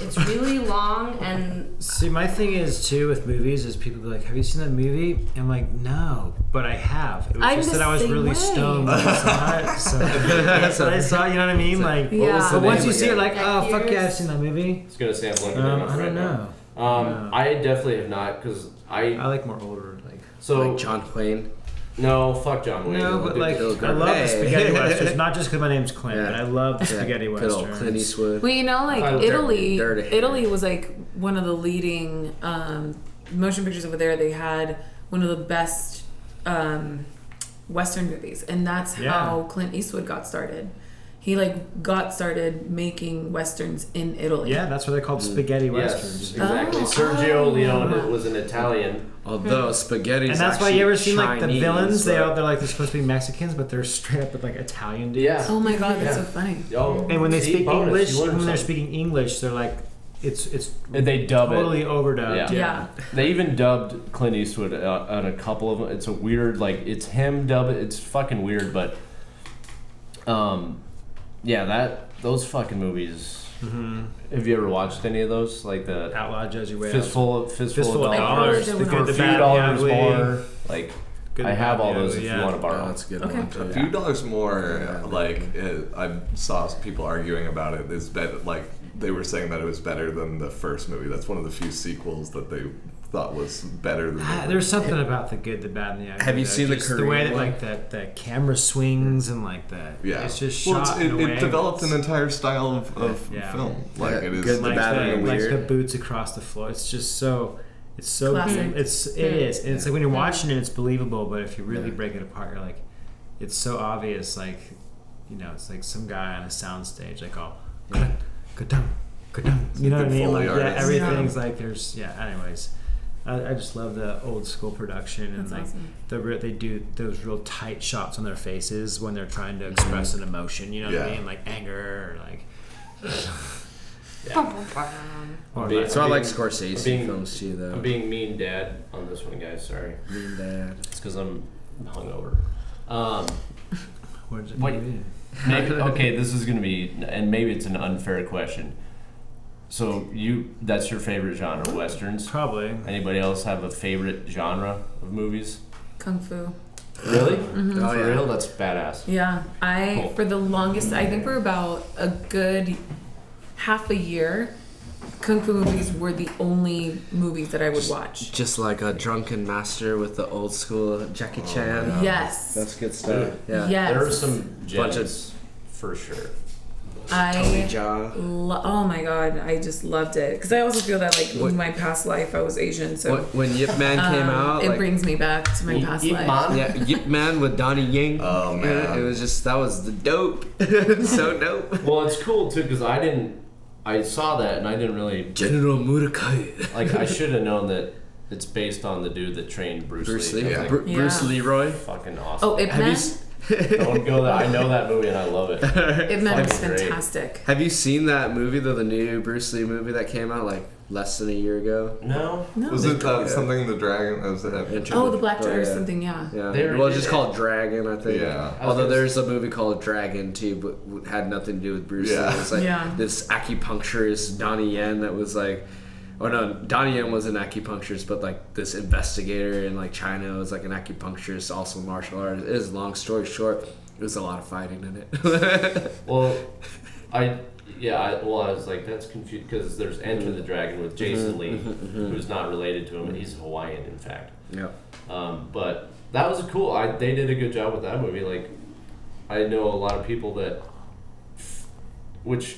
it's really long <laughs> and See, my thing is too with movies is people be like, "Have you seen that movie?" I'm like, "No," but I have. It was I'm just the that I was same really way. stoned when I <laughs> saw it, so that's what I saw. You know what I mean? Like, Yeah. was the but once name you see it, again? like, Like oh fuck yeah, I've years? seen that movie. I was gonna say I'm looking Um, it up I right don't now. know. Um, No. I definitely have not because I I like more older, like. so like John Plain. no fuck John Wayne. No, but do like, the old I love the Hey. <laughs> spaghetti westerns. Not just because my name's Clint, Yeah. but I love the Yeah, spaghetti good old westerns. Clint Eastwood. Well, you know, like Kyle Italy, Dirty- Dirty Italy was like one of the leading um, motion pictures over there. They had one of the best um, Western movies, and that's Yeah. how Clint Eastwood got started. He like got started making westerns in Italy. Yeah, that's why they're Mm. called spaghetti Yes, westerns. exactly. Oh, Sergio oh. Leone was an Italian. Although spaghetti. And that's why you ever seen like the villains? They all, they're like they're supposed to be Mexicans, but they're straight up like Italian dudes. Yeah. Oh my God, that's Yeah. so funny. Oh, And when they see, speak bonus, English, you when learned they're something. speaking English, they're like, it's it's they dub totally it. Yeah. overdubbed. Yeah. They even dubbed Clint Eastwood uh, on a couple of them. It's a weird, like it's him dub. It's fucking weird, but um, yeah, that those fucking movies. Mm-hmm. Have you ever watched any of those? Like the Outlaw Jesuit. Whales. fistful, fistful, Fistful of of dollars, Dollars, The for Good, a the few Bad, and the dollars Ugly. more. Like Good I and have bad, all yeah, those if yeah. you want to borrow. Oh, that's a good Okay. one. A few dollars more, like uh, I saw people arguing about it. Is bet like they were saying that it was better than the first movie. That's one of the few sequels that they thought was better than. Ah, The There's something about the good, the bad, and the ugly. Have you though. seen the Just the way Korean that one? like that the camera swings and like that? yeah, it's just well, shot. it's- in a it, way it developed an that's- entire style of, of Yeah. film. Like Yeah, it is good, like bad, and the, the like weird. the boots across the floor. It's just so. It's so. Classic. It's it is. And it's like when you're watching it, it's believable. But if you really break it apart, you're like, it's so obvious. Like, you know, it's like some guy on a soundstage, like all, ka-dunk, ka-dunk. You know what I Good mean? Foley Like, yeah, artist. everything's like there's yeah. Anyways, I, I just love the old school production and That's like awesome. the re- they do those real tight shots on their faces when they're trying to express an emotion. You know what I Yeah. mean? Like anger or like. <sighs> bum, bum, bum. Or Big- like, So I like Being- Scorsese being- films too, though. I'm being mean dad on this one, guys. Sorry, Being bad. <laughs> it's because I'm hungover. Um, what does it What- mean? Maybe, okay, this is gonna be, and maybe it's an unfair question. So you, that's your favorite genre, westerns. Probably. Anybody else have a favorite genre of movies? Kung Fu. Really? Oh, For yeah. real? That's badass. Yeah, I Cool. for the longest, I think for about a good half a year, kung fu movies were the only movies that I would watch. Just like a drunken master with the old school Jackie Oh, Chan. yes, um, That's good stuff. Yeah. yes. There are some Bunch of- gems for sure. Tony I Jaa. lo- oh my god, I just loved it because I also feel that like What- in my past life I was Asian, so When, when Yip Man came um, out, it like, brings me back to my past life. yeah, Yip Man with Donnie Yen. Oh, Yeah, man. it was just that was the dope. <laughs> so dope. Well, it's cool too because I didn't. I saw that and I didn't really General Murakami. like. I should have known that it's based on the dude that trained Bruce, Bruce Lee. Lee. I was Yeah. like, Bru- Bruce Yeah. Leroy. fucking awesome. Oh, Ip Have you Man, s- Don't go there. I know that movie and I love it. Ip Man was fucking great. fantastic. Have you seen that movie though? The new Bruce Lee movie that came out like less than a year ago. <laughs> Oh, No, No. Was it uh, something the dragon? That was uh, it. Inter- Oh, the Black Oh, Dog or yeah. something. Yeah. Yeah. They already did well, it's just it. called Dragon, I think. Yeah. I was Although gonna there's a movie called Dragon too, but w- had nothing to do with Bruce Yeah. Lee. It was like Yeah. this acupuncturist Donnie Yen that was like, or no, Donnie Yen was an acupuncturist, but like this investigator in like China was like an acupuncturist, also martial artist. It is long story short. It was a lot of fighting in it. <laughs> well, I yeah. I, well, I was like that's confused because there's Enter the Dragon with Mm-hmm, Jason Lee, who's not related to him, and he's Hawaiian in fact. yeah. Um, but that was cool. I they did a good job with that movie. Like, I know a lot of people that, which,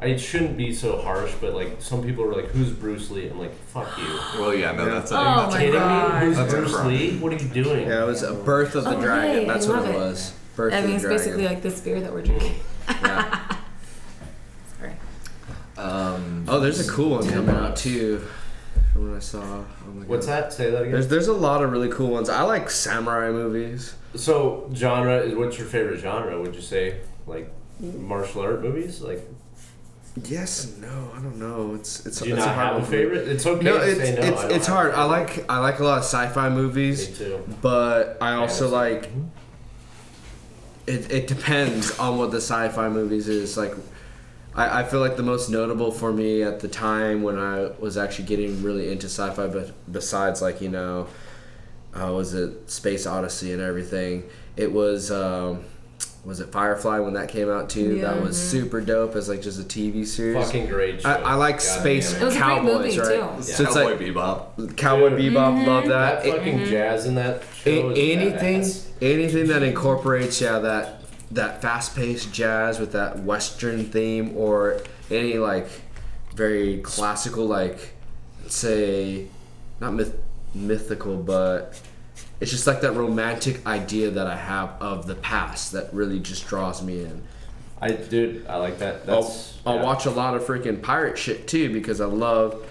I shouldn't be so harsh, but like some people are like, "Who's Bruce Lee?" I'm like, "Fuck you." Well, yeah, no, that's Oh a, my Kidding god. me? Who's That's a Bruce crime. Lee? What are you doing? Yeah, it was a Birth of the Oh, Dragon. hey, That's I what love it it. was. Birth I of mean, the it's Dragon. basically like this beer that we're drinking. <laughs> Yeah. Sorry. um, Oh, there's a cool one coming out too. From what I saw. Oh my What's God. that? Say that There's again. there's a lot of really cool ones. I like samurai movies. So genre is what's your favorite genre? Would you say like martial art movies? Like Yes, no, I don't know. It's it's do you it's not a hard have one a for me. favorite? It's okay No, to it's say no. it's I don't it's have a hard. I favorite. like I like a lot of sci-fi movies, Me too. but I also Fantasy. like. It it depends on what the sci-fi movies is like. I, I feel like the most notable for me at the time when I was actually getting really into sci-fi, but besides like you know, uh, was it Space Odyssey and everything? It was um, was it Firefly when that came out too? Yeah. that was super dope as like just a TV series. Fucking great show. I, I like God space damn It was a great cowboys, movie, right? too. So it's Cowboy like Bebop. cowboy Dude. bebop, Mm-hmm. love that. That A- fucking Mm-hmm. jazz in that show a- is anything, badass. anything that incorporates yeah that that fast-paced jazz with that western theme or any like very classical like say not myth- mythical but it's just like that romantic idea that I have of the past that really just draws me in. I dude, I like that. I'll, That's I'll yeah. watch a lot of freaking pirate shit too because I love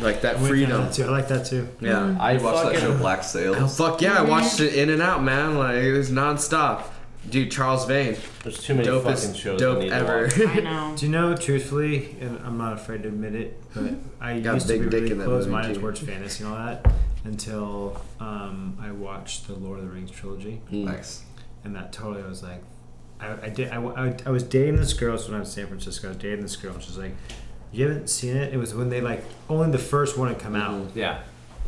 like that I like freedom. that too. I like that too. Yeah. I You watched that Mm. fucking- show Black Oh, Sails? fuck yeah, I watched it in and out, man. Like it was nonstop. Dude, Charles Vane, There's too many fucking dopest shows. dope I need to ever. <laughs> watch. I know. Do you know, truthfully, and I'm not afraid to admit it, <laughs> but I Got a used to big be dick really in that close movie, minded too. towards fantasy and all that until um, I watched the Lord of the Rings trilogy, Hmm. Nice. and that totally was like, I, I did. I, I, I was dating this girl so when I was in San Francisco. I was dating this girl, and she's like, "You haven't seen it? It was when they like only the first one had come out, Yeah,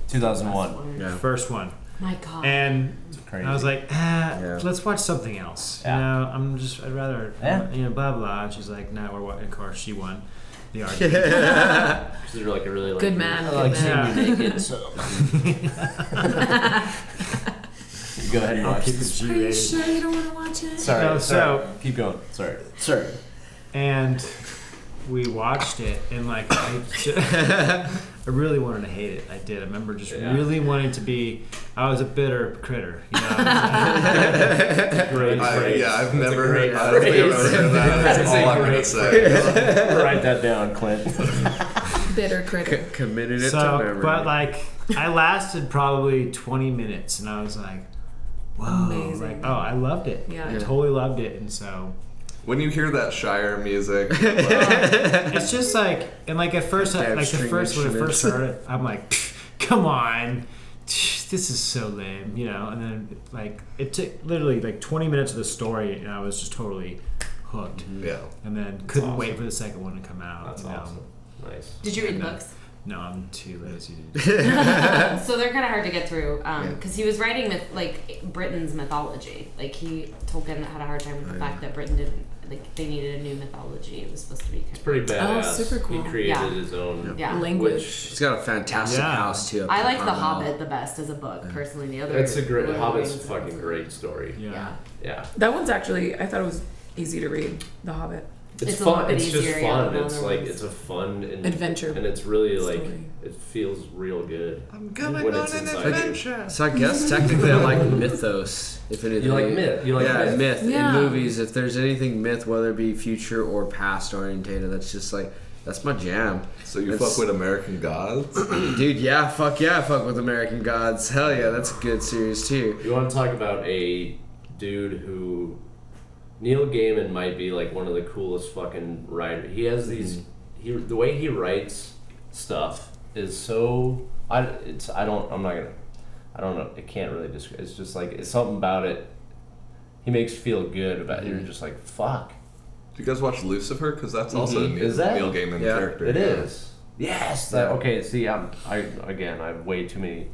2001. Mm-hmm. Yeah. first one." My God. And Crazy. I was <laughs> like, ah, Yeah. let's watch something else. Yeah. You know, I'm just, I'd rather, Yeah. you know, blah, blah. And she's like, no, we're watching, of course, she won <laughs> the argument. yeah. They're like a really like, Good man, I good like man. seeing you naked, <laughs> so. <laughs> Go ahead and I'll watch. keep this. it Are you G-rated. sure you don't want to watch it? Sorry, No, sorry. so- keep going. Sorry, sorry. And we watched it, and like, I, ju- <laughs> I really wanted to hate it. I did. I remember just Yeah. really wanting to be, I was a bitter critter. You know? I was like- <laughs> Great I- phrase. yeah, I've That's a never great heard I don't think I've phrase. ever <laughs> heard that. That's That's a all I'm going great to say. Write that down, Clint. Bitter critic. Committed it so, to memory. but like, I lasted probably 20 minutes, and I was like, whoa, Amazing. like, oh, I loved it. Yeah. I totally loved it, and so When you hear that <laughs> Shire music, it's just like, and like at first, Goddamn like the string <laughs> first when I instruments. first heard it, I'm like, come on, this is so lame, you know. And then like it took literally like 20 minutes of the story, and I was just totally hooked. Mm-hmm. Yeah. And then couldn't awesome. wait for the second one to come out. That's you know. awesome. Nice. Did you read the books? No, I'm too <laughs> lazy. <laughs> so they're kind of hard to get through because he was writing with like Britain's mythology. Like he Tolkien had a hard time with the Oh, fact that Britain didn't like they needed a new mythology. It was supposed to be kind It's pretty badass. super cool. He created Oh, Yeah. his own. of yeah. It's Which got a fantastic Yeah. house too. up I in like The Carmel. Hobbit the best as a book personally. The other that's a great. Lord of the Hobbit's a Rings fucking ones. great story. Yeah. Yeah. Yeah. That one's actually I thought it was easy to read. The Hobbit It's, It's a fun. lot bit It's just easier, yeah, fun. than It's other like ones. it's a fun and adventure. and it's really like Story. it feels real good. I'm going When on it's an inside. adventure. So I guess technically I like mythos. If anything, You like myth. You like yeah, myth. myth Yeah. in movies. If there's anything myth, whether it be future or past orientated, that's just like that's my jam, So you It's- fuck with American gods? dude. Yeah, fuck yeah, fuck with American Gods. Hell yeah, that's a good series too. You want to talk about a dude who Neil Gaiman might be like one of the coolest fucking writer. He has these. He the way he writes stuff is so. I it's I don't I'm not gonna. I don't know. It can't really describe. It's just like it's something about it. He makes you feel good about. You're Mm-hmm. just like fuck. Do you guys watch Lucifer? Because that's also a Mhm. Neil, Is that- Neil Gaiman Yeah. character. It yeah. is. Yes. That, okay. See, I'm. I again. I have way too many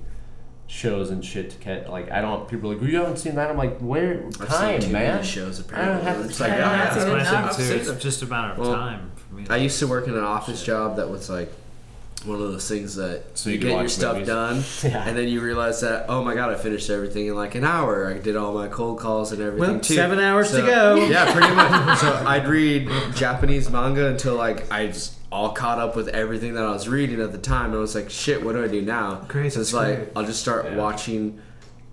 shows and shit to catch. Like, I don't. People are like, you haven't seen that. I'm like, where I've time, seen too man? many shows apparently. I don't have I'm just to- like, I don't oh, have yeah. to That's what I I've think too. seen It's them. just a matter of Well, time for me. I used to work in an office job that was like one of those things that So you, you could get your watch stuff movies. <laughs> done, Yeah. and then you realize that oh my god, I finished everything in like an hour. I did all my cold calls and everything. Well, too. seven hours to So- go. <laughs> Yeah, pretty <laughs> much. so I'd read Japanese manga until like I just all caught up with everything that I was reading at the time, and I was like, shit, what do I do now? Great, so it's that's like great. I'll just start Yeah. watching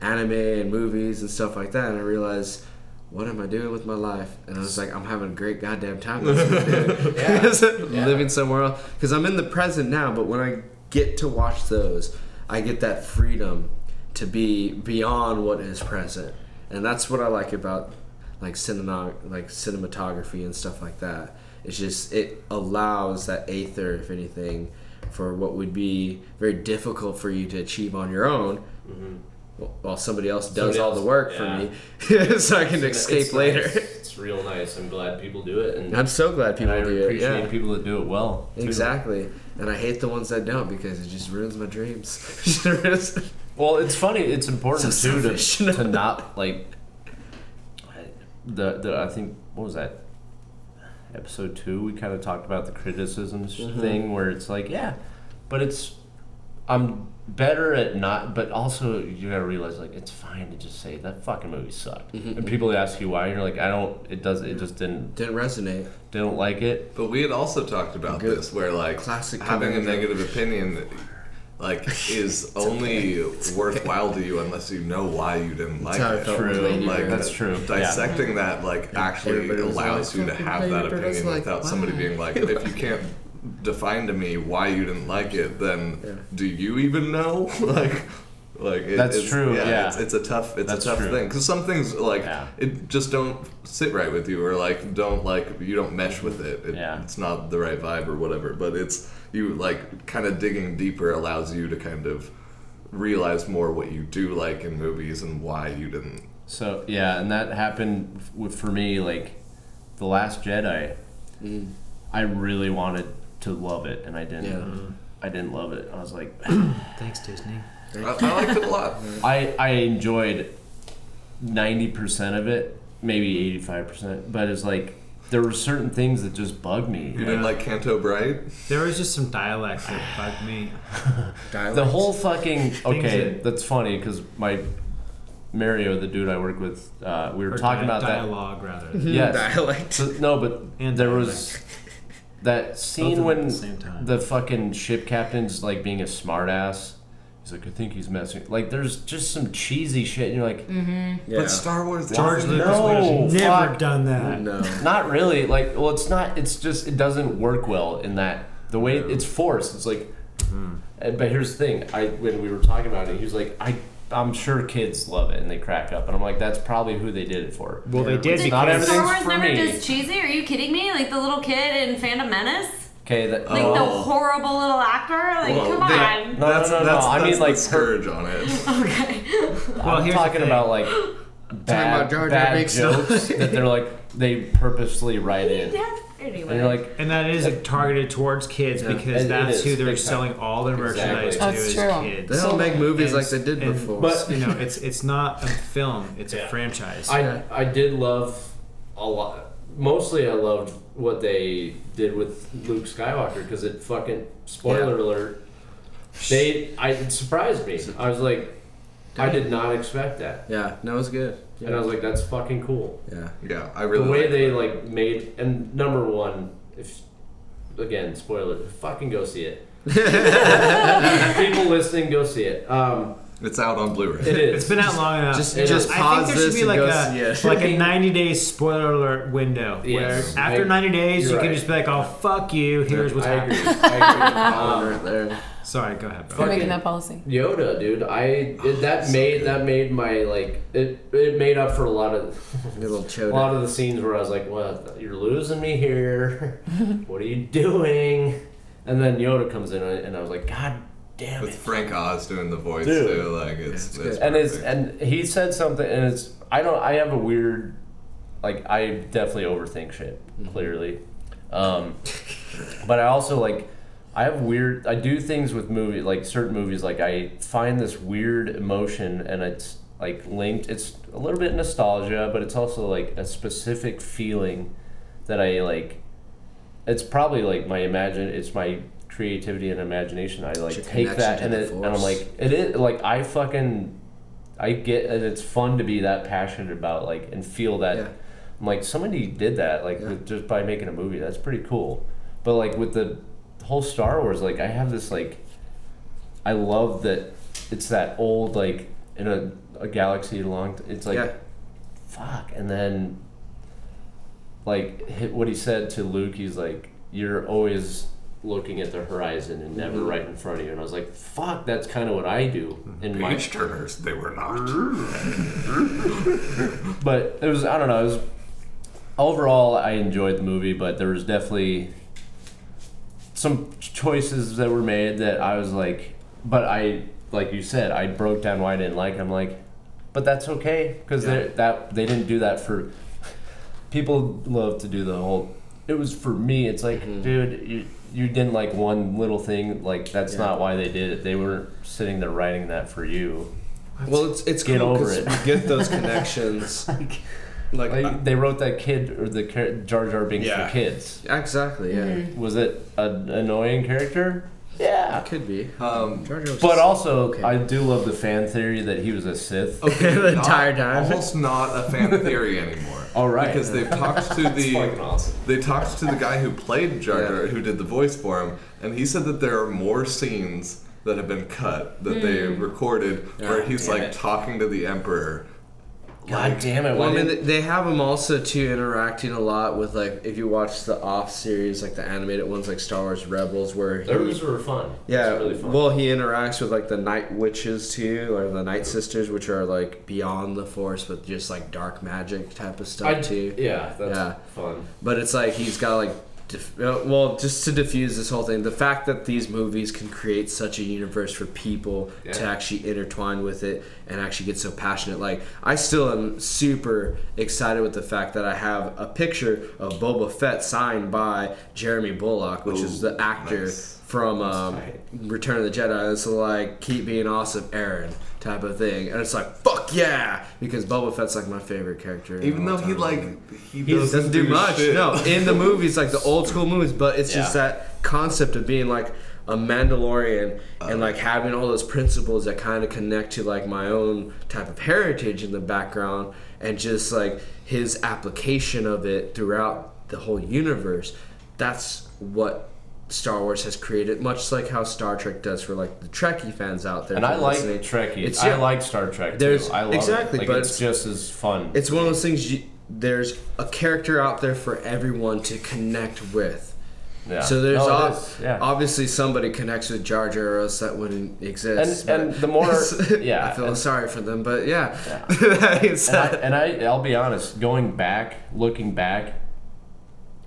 anime and movies and stuff like that, and I realized. What am I doing with my life? And I was like, I'm having a great <laughs> goddamn time. That's what I'm doing. <laughs> Living somewhere else. Because I'm in the present now, but when I get to watch those, I get that freedom to be beyond what is present. And that's what I like about like cinema, like cinematography and stuff like that. It's just it allows that aether, if anything, for what would be very difficult for you to achieve on your own. While somebody else does Mm-hmm. Somebody all else- the work yeah. for me, <laughs> so I can It's- escape it's later. nice. It's real nice. I'm glad people do it, and, I'm so glad and people I do it. appreciate Yeah. people that do it well. too. Exactly. And I hate the ones that don't because it just ruins my dreams. <laughs> Just ruins- <laughs> Well, it's funny. It's important So too to, selfish. <laughs> to not like the the. I think what was that episode two? We kind of talked about the criticisms Mm-hmm. thing, where it's like, yeah, but it's I'm better at not. But also, you gotta realize like it's fine to just say that fucking movie sucked, Mm-hmm. and people ask you why, and you're like, I don't. It does. It just didn't Didn't resonate. didn't like it. But we had also talked about Good. this, where like Classic having a conundrum. negative opinion, <laughs> like is only worthwhile to you unless you know why you didn't like how I it. felt when True. Lady Like Bird. That's true. Yeah. Dissecting that like actually Everybody was allows like, you to "Fucking have Lady that Bird was opinion like, without somebody why?" being like, if you can't define to me why you didn't like it, then Yeah. do you even know? <laughs> like. Like it, That's it's, true, yeah. It's, it's a tough, it's That's a tough true. thing because some things like Yeah. it just don't sit right with you, or like don't like you don't mesh with it. It- Yeah. it's not the right vibe or whatever. But it's you like kind of digging deeper allows you to kind of realize more what you do like in movies and why you didn't. So yeah, and that happened f- with- for me like the Last Jedi. I really wanted to love it, and I didn't. Yeah. I didn't love it. I was like, <sighs> Thanks, Disney. I, I <laughs> liked it a lot. I I enjoyed ninety percent of it, maybe eighty five percent, but it's like there were certain things that just bugged me. You didn't like Canto Bright. There was just some dialect that bugged me. Dialect. The <laughs> whole fucking okay. that- That's funny because my Mario, the dude I work with, uh, we were Or talking di- about dialogue rather. Mm-hmm. that. Yes, dialect. So- no, but And there dialect. was that Both of scene them at when the same time. the fucking ship captain's like being a smartass. He's like, I think he's messing. Like, there's just some cheesy shit, and you're like, Yeah. But Star Wars. George wasn't- Lucas would have No, never fuck. done that. No. Mm. not really. Like, well, it's not. It's just it doesn't work well in that the way it's forced. It's like, Mm. and- but here's the thing. I when we were talking about it, he was like, I. I'm sure kids love it and they crack up, and I'm like, that's probably who they did it for. Well, they did Not because everything- Star everything's Wars for never me. does cheesy. Are you kidding me? Like the little kid in Phantom Menace. Okay, that. Oh. Like the no. horrible little actor? Like, Well, come they- on. No, that's, no, no, no, That's, I mean, that's like, the her- scourge on <laughs> it. Well, I'm here's the talking thing. about like about bad, Jar Jar bad Binks. jokes <laughs> that they're like they purposely write in, <laughs> Yeah, and anyway. you're like, And that is targeted towards kids Yeah. because It- it that's is, who they're big time. selling all their merchandise Exactly. to That's is true. kids. They don't make movies like they did And- before. But you know, it's it's not a film; it's Yeah. a franchise. I I did love a lot. Mostly, I loved what they did with Luke Skywalker because it fucking spoiler alert. They, I it surprised me. I was like, I did not expect that, yeah, no, it's good. Yeah, and I was like, that's fucking cool. yeah. Yeah, I really the way like they that. like made and number one, if again spoiler, fucking go see it. People listening, go see it. Um, It's out on Blu-ray. it is. it's been out long enough. Just, It just is. "Ah, I pause think there this should be like and go a see it. like a ninety day spoiler alert window Yes. where after I- ninety days you're you can right. just be like, "Oh fuck you," here's what's I agree. happening. I agree. <laughs> Um, <laughs> Right there. Sorry, go ahead, bro. We're Fucking- making that policy. Yoda, dude. I it, that so made good. that made my like it it made up for a lot of <laughs> Little a chode. lot of the scenes where I was like, "What? You're losing me here. what are you doing?" And then Yoda comes in, and I was like, "God damn With it!" Frank Oz doing the voice Dude. too, like it's, good. it's And it's and perfect. he said something, and it's I don't I have a weird like I definitely overthink shit Mm-hmm. clearly, um, but I also like. I have weird. I do things with movie, like certain movies. Like I find this weird emotion, and it's like linked. It's a little bit nostalgia, but it's also like a specific feeling that I like. It's probably like my imagine. It's my creativity and imagination. I like your take that connection and to the it, and I'm force. like it is like I fucking. I get and it's fun to be that passionate about like and feel that. Yeah. I'm like somebody did that like Yeah. with, just by making a movie. That's pretty cool. But like with the whole Star Wars, like I have this like I love that it's that old like in a, a galaxy long. It's like yeah, fuck, and then like hit what he said to Luke. He's like, "You're always looking at the horizon and never Mm-hmm. right in front of you." And I was like, "Fuck, that's kind of what I do in my page turners. They were <laughs> not. but it was I don't know. It was overall I enjoyed the movie, but there was definitely some choices that were made that I was like, but I like you said I broke down why I didn't like. it. I'm like, but that's okay because they that they didn't do that for people love to do the whole. It was for me. It's like, dude, you you didn't like one little thing. Like that's Yeah. not why they did it. They weren't sitting there writing that for you. Well, it's it's Get cool over 'cause it. we get those connections. <laughs> like Like, they wrote that kid or the char- Jar Jar Binks Yeah. for kids. uh, exactly, yeah, Was it an annoying character? Yeah. could be. Um, Jar Jar was But just- also, okay. I do love the fan theory that he was a Sith. okay the entire time. almost not a fan theory anymore. All right. because <laughs> they've talked to the they talked to the guy who played Jar Yeah. Jar, who did the voice for him, and he said that there are more scenes that have been cut that they Hmm. recorded where Ah, he's damn like it. talking to the emperor. God damn it! Well, Why I mean, didn't- th- they have them also too interacting a lot with like if you watch the off series, like the animated ones, like Star Wars Rebels, where he, those were fun. yeah, It's really fun. well, he interacts with like the Night Witches too, or the Night Sisters, which are like beyond the Force, but just like dark magic type of stuff I, too. yeah, that's Yeah. fun. But it's like he's got like. Def- uh, well, just to diffuse this whole thing, the fact that these movies can create such a universe for people to Yeah. actually intertwine with it and actually get so passionate. Like, I still am super excited with the fact that I have a picture of Boba Fett signed by Jeremy Bullock, which is Ooh, the actor nice. from um, tight. Return of the Jedi. It's like, keep being awesome, Aaron, type of thing. And it's like, fuck yeah! Because Boba Fett's like my favorite character. in Even all though he time. like he He doesn't, doesn't, do, much. shit. No, in the movies, <laughs> like the old school movies, but it's just Yeah. that concept of being like a Mandalorian and Uh. like having all those principles that kind of connect to like my own type of heritage in the background and just like his application of it throughout the whole universe. That's what Star Wars has created, much like how Star Trek does for like the Trekkie fans out there. And if I you're like listening. Trekkie. It's- I like Star Trek There's- too. I love it. exactly, Like, but it's just as fun. it's one of those things you, there's a character out there for everyone to connect with yeah. so there's No, it ob- is, yeah. obviously somebody connects with Jar Jar, or else that wouldn't exist. And- and but- the more- yeah, <laughs> I feel and- sorry for them, but yeah, <laughs> uh, And I, and I, I'll be honest. Going back, looking back,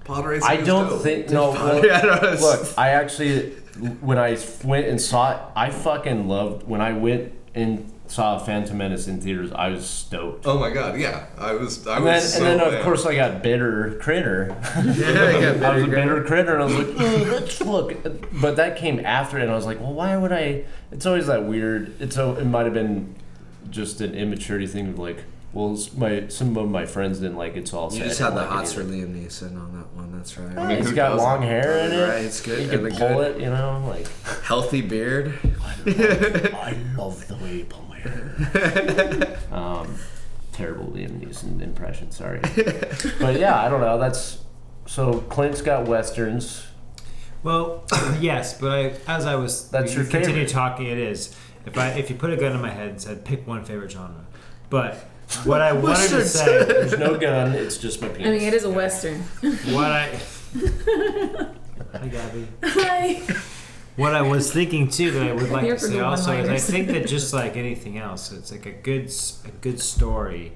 Pod racing. I is don't dope. think no. pod- Look, Yeah, <laughs> I know. look, I actually when I went and saw it, I fucking loved when I went and saw Phantom Menace in theaters. I was stoked. Oh my god, yeah. I was. I And then, was. so and then of mad. course I got bitter critter. <laughs> got I was a bitter bitter critter, and I was like, "Ugh, that's look. But that came after, it, and I was like, well, why would I? It's always that weird. It's so it might have been just an immaturity thing of like, well, s- my some of my friends didn't like it, so I'll say You I just didn't had the like it hots for either. Liam Neeson on that one. That's right. Yeah, mean, He's who got doesn't? long hair in it. Right, it's good. You And can the pull good- it, you know, <laughs> like Healthy beard. I love the way you pull my hair. <laughs> um, terrible Liam Neeson impression. <laughs> Sorry, but yeah, I don't know. That's so Clint's got westerns. Well, <coughs> yes, but I, as I was, That's you your continue favorite. talking. It is. If I, if you put a gun in my head and said, pick one favorite genre, but <laughs> what I wanted to say, There's no gun. It's just <laughs> my penis. I mean, it is a <laughs> western. what I, hi Gabby, Hi. what I was thinking too that I would like Here to for say the also is I one-liners. think that just like anything else, it's like a good s- a good story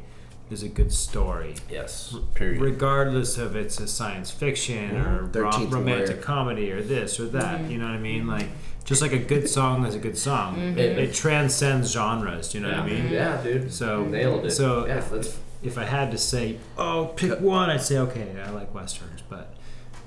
is a good story. Yes. Period. regardless of it's a science fiction Mhm. or rom- 13th romantic Warrior. comedy or this or that. You know what I mean? Like just like a good song is a good song. It, it transcends genres. You know what I mean? Yeah, dude. So Nailed it. So Yeah, if- that's- if I had to say, oh, pick one, I'd say okay, I like westerns, but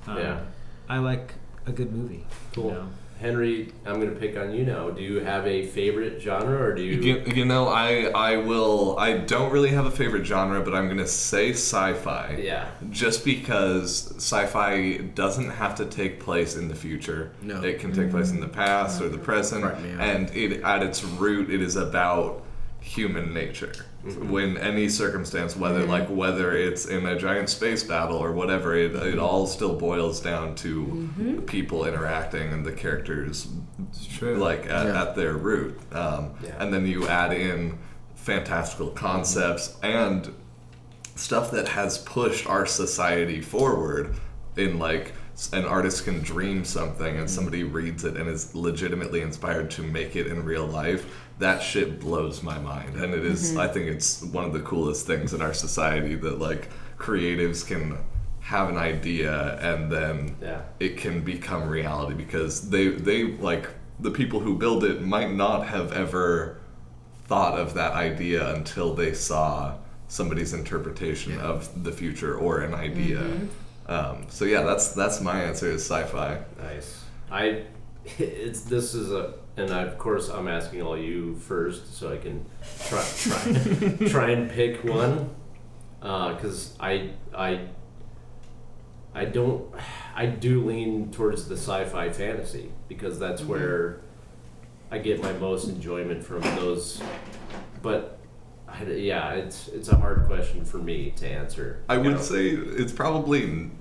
um, Yeah. I like a good movie. Cool. You know? Henry, I'm gonna pick on you now. Do you have a favorite genre, or do you? You, you know, I I will. I don't really have a favorite genre, but I'm gonna say sci-fi. Yeah. Just because sci-fi doesn't have to take place in the future. No. Mm-hmm. It can take place in the past or the present, Right, man. and it at its root, it is about human nature. Mm-hmm. When any circumstance, whether like whether it's in a giant space battle or whatever, it Mm-hmm. it all still boils down to people interacting and the characters true. like at, Yeah. at their root. Um, Yeah. And then you add in fantastical concepts Mm-hmm. and stuff that has pushed our society forward in like s- an artist can dream something and somebody reads it and is legitimately inspired to make it in real life that shit blows my mind and it is- i think it's one of the coolest things in our society that like creatives can have an idea and then Yeah. it can become reality because they they like the people who build it might not have ever thought of that idea until they saw somebody's interpretation of the future or an idea. Um, so yeah, that's that's my answer is sci-fi. Nice. I it's this is a and I, of course I'm asking all you first so I can try try try and pick one because I I I don't I do lean towards the sci-fi fantasy because that's where I get my most enjoyment from those but I, yeah it's it's a hard question for me to answer I you would know? say it's probably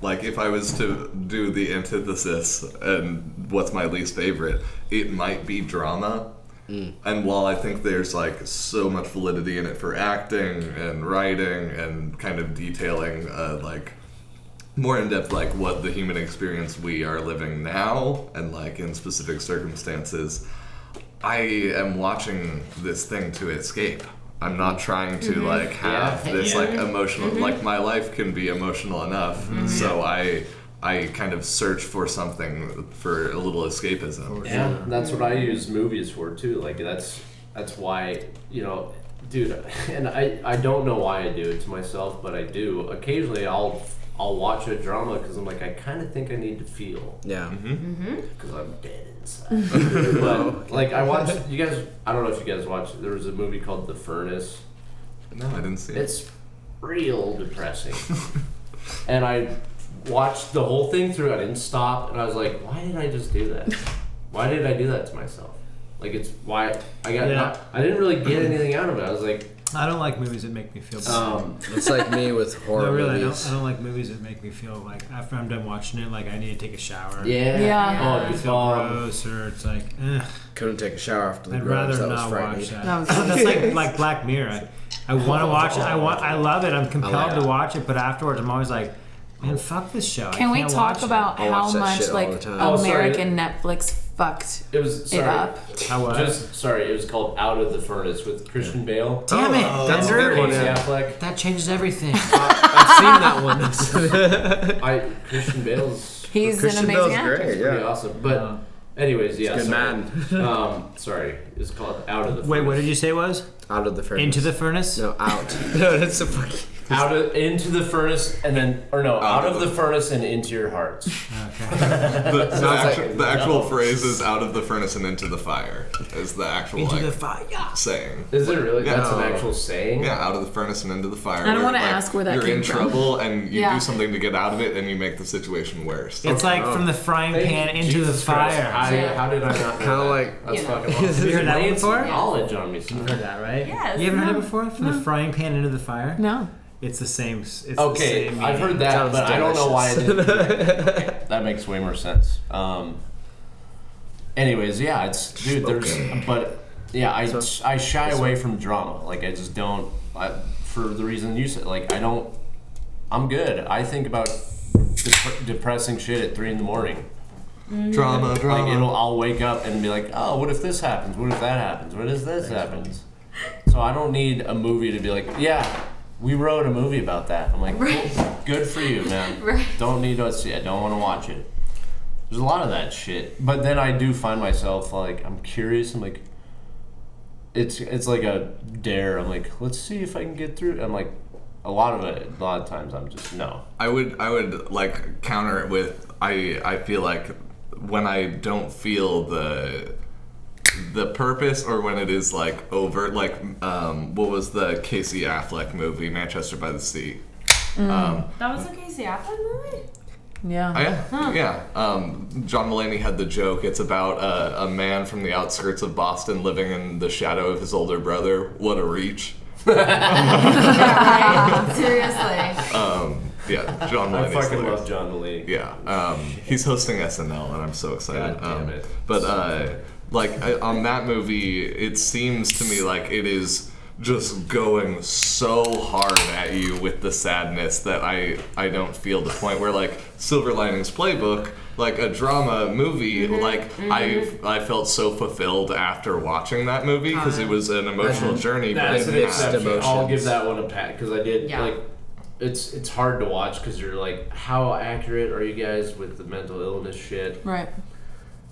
like if I was to do the antithesis and what's my least favorite, it might be drama. And while I think there's like so much validity in it for acting and writing and kind of detailing uh, like more in depth like what the human experience we are living now and like in specific circumstances, I am watching this thing to escape. I'm not trying to like have this like emotional Mm-hmm. like my life can be emotional enough. So I I kind of search for something for a little escapism. Yeah, that's what I use movies for too. Like that's that's why you know, dude. <laughs> And I I don't know why I do it to myself, but I do. Occasionally, I'll I'll watch a drama because I'm like I kind of think I need to feel Yeah. because I'm dead inside. but like I watched you guys. I don't know if you guys watched. There was a movie called The Furnace. No, I didn't see it. It's real <laughs> depressing. and I watched the whole thing through. I didn't stop, and I was like, "Why did I just do that? Why did I do that to myself? Like, it's why I got. Yeah. Not, I didn't really get anything out of it. I was like, I don't like movies that make me feel bad. um, It's like me with horror no, really, I don't, movies. I don't like movies that make me feel like after I'm done watching it, like I need to take a shower. yeah, Yeah. oh, I it's feel um, gross, or it's like, eh. Couldn't take a shower after the I'd groans. rather That was not watch frightening. that. That was- That's like like Black Mirror. I, I want to watch it. I want. I love it. I'm compelled like to that. watch it, but afterwards, I'm always like, man, fuck this show. I Can we can't talk watch it." about I watch how that much shit all like the time. Oh, sorry. American Netflix fucked It was it sorry. up. I was. Just sorry. It was called Out of the Furnace with Christian Bale. Damn it, that's a Bender. good one. Casey Yeah. Affleck. That changes everything. I've seen that one. I Christian Bale's He's Christian an Bale's amazing actor. great. pretty Yeah, Uh-huh. awesome. But anyways, yeah. good sorry. man. Um, sorry. It's called Out of the. Wait, what Furnace. did you say it was? Out of the furnace. Into the furnace? no out. no, that's a fucking. Out of into the furnace and then or no, out, of the, furnace and into your hearts. The, the like actual, the actual no. phrase is out of the furnace and into the fire, is the actual Into like, the fire. saying. Is it really? That's an No. actual saying. Yeah, out of the furnace and into the fire. I don't where, wanna like, ask where that You're came in from. trouble and you Yeah. do something to get out of it and you make the situation worse. It's like from the frying pan into Jesus the Christ, fire. I- how did I not? <laughs> Kinda know that? like- that's You know. fucking. <laughs> Awesome. you heard that one Laying some before? Knowledge on me. son. You heard that, right? Yes. You haven't heard No. it before? From the frying pan into the fire? No. It's the same. s- It's Okay, the same I've meaning. heard that, Sounds but I don't know why. I didn't. <laughs> that makes way more sense. Um. Anyways, yeah, it's dude. There's but yeah, I I shy away from drama. Like I just don't. I, for the reason you said, like I don't. I'm good. I think about dep- depressing shit at three in the morning. Drama, drama. Uh-huh. Like it'll, I'll wake up and be like, oh, what if this happens? What if that happens? What if this happens? So I don't need a movie to be like, yeah, we wrote a movie about that. I'm like, good for you, man. <laughs> Right. Don't need to see. I don't want to watch it. There's a lot of that shit. But then I do find myself like, I'm curious. I'm like, it's it's like a dare. I'm like, let's see if I can get through. it." I'm like, a lot of it. A lot of times I'm just no. I would I would like counter it with I I feel like when I don't feel the the purpose or when it is like overt like um, what was the Casey Affleck movie Manchester by the Sea um, That was a Casey Affleck movie? Yeah. yeah yeah um, John Mulaney had the joke it's about a, a man from the outskirts of Boston living in the shadow of his older brother what a reach Right? Seriously. um, yeah John I Mulaney's fucking hilarious. love John Mulaney. Yeah, um, he's hosting SNL, and I'm so God excited. damn um, it. But uh, like I, on that movie, it seems to me like it is just going so hard at you with the sadness that I I don't feel the point where like Silver Linings Playbook. Like a drama movie, like I, I felt so fulfilled after watching that movie because it was an emotional journey. But That's it an had- exception. I'll emotions. give that one a pat because I did Yeah. like. It's it's hard to watch because you're like, how accurate are you guys with the mental illness shit? Right.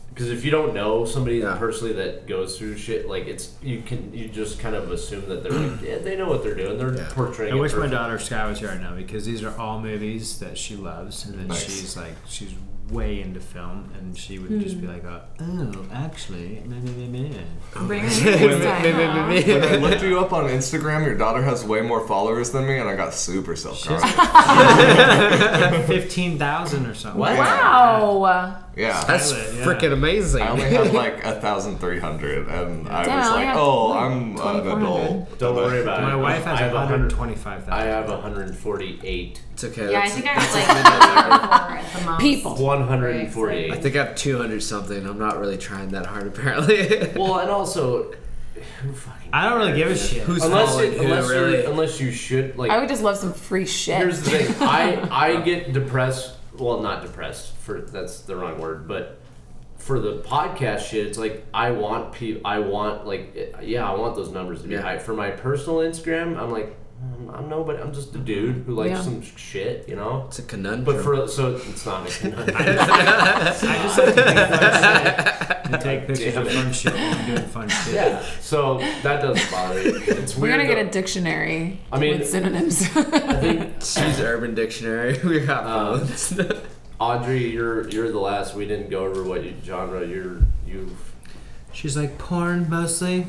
Because if you don't know somebody Yeah. personally that goes through shit, like it's you can you just kind of assume that they're like, yeah, they know what they're doing. They're portraying. I it wish my perfect. daughter Sky was here right now because these are all movies that she loves, and then Nice. she's like, she's way into film, and she would just be like, uh, "Oh, actually, meh, meh, meh, meh." Bring her here next time. when I looked you up on Instagram, your daughter has way more followers than me, and I got super self conscious. fifteen thousand or something. What? Wow. Yeah. That's Pilot, yeah. freaking amazing. I only had like a thousand three hundred, and I Damn, was I like, got, "Oh, like, I'm an 2400. adult." Don't worry about it. My wife has I have one a hundred hundred. twenty-five I thousand. have 148. <laughs> It's okay. Yeah, I that's- think I was like four at the most. People. 148. I think I have 200 something. I'm not really trying that hard, <laughs> apparently. well, and also, who fucking I don't really give a shit. Who's unless following it, who, unless really? you unless you should like I would just love some free shit. Here's the thing. <laughs> I I get depressed. Well, not depressed. For that's the wrong word, but for the podcast shit, it's like I want pe. I want like eh, yeah, I want those numbers to be Yeah. high. For my personal Instagram, I'm like I'm, I'm nobody. I'm just a dude who likes Yeah. some shit, you know. It's a conundrum. But for so it's not. A, <laughs> I just like to do <laughs> fun shit and take pictures of fun shit while I'm doing fun <laughs> shit. yeah. So that doesn't bother me. It's We're weird. gonna get though. a dictionary I mean- with synonyms. I think She's Urban Dictionary. <laughs> We got Um, phones. <laughs> Audrey, you're you're the last. We didn't go over what you, genre you're you. She's like porn mostly.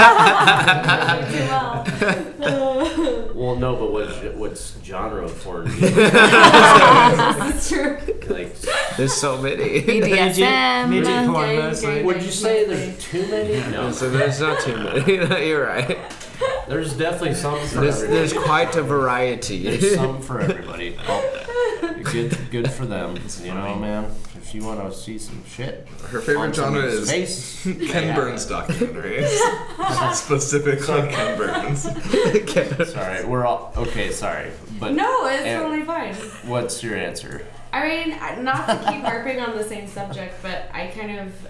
I do well. Well, no, but what what's genre of porn? That's true. like There's so many. Midget, midget BDSM. porn Okay, mostly. okay. Would you say there's too many? No, <laughs> So there's not too many. <laughs> You're right. there's definitely some for There's, everybody. there's quite a variety. <laughs> There's some for everybody. Well, good, good for them. You know, man. If you want to see some shit, Her favorite on genre some is space. Ken Yeah. <laughs> Burns documentaries, specifically Ken Burns. Okay. Sorry, we're all okay. Sorry, but No, it's And- totally fine. what's your answer? I mean, I- not to keep harping on the same subject, but I kind of.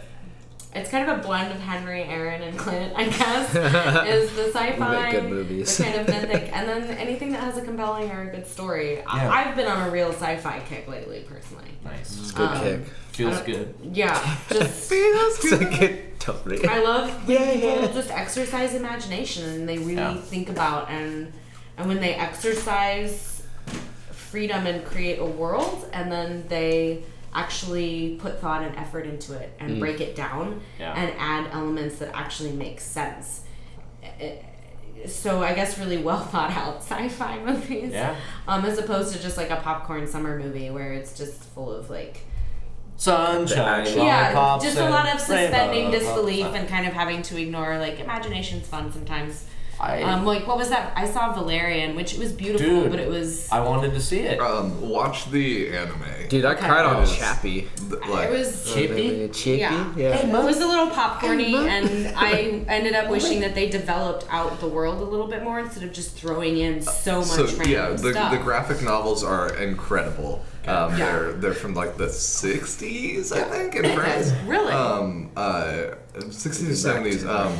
It's kind of a blend of Henry, Aaron, and Clint, I guess. is the sci We make fi, good the movies. kind of mythic, and then anything that has a compelling or a good story. Yeah. I, I've been on a real sci fi kick lately, personally. Nice. Good Um, kick. Feels good. Yeah, just. It's a good topic. <laughs> I love when people just exercise imagination and they really Yeah. think about and and when they exercise freedom and create a world and then they actually put thought and effort into it and break it down Mm. Yeah. and add elements that actually make sense. Eh, eh, So I guess really well <laughs> thought out sci-fi <laughs> movies, Yeah. um, as opposed to just like a popcorn summer movie where it's just full of like Sunshine. yeah, lollipops, just a and lot of suspending rainbows. disbelief and kind of having to ignore like imagination's fun sometimes. I, Um, like what was that? I saw Valerian, which it was beautiful, Dude. but it was I wanted to see it. Um, watch the anime. Dude, I Okay. cried on Yes. Chappie. Th- it Like, was Uh, Chippy? Chippy? Yeah. yeah. it was a little popcorny, and I ended up wishing that they developed out the world a little bit more instead of just throwing in so much so random yeah, the, stuff. the graphic novels are incredible. Um, Yeah. They're they're from like the '60s, I think, in France. Really? Um, uh, '60s Back or to '70s. the- Um,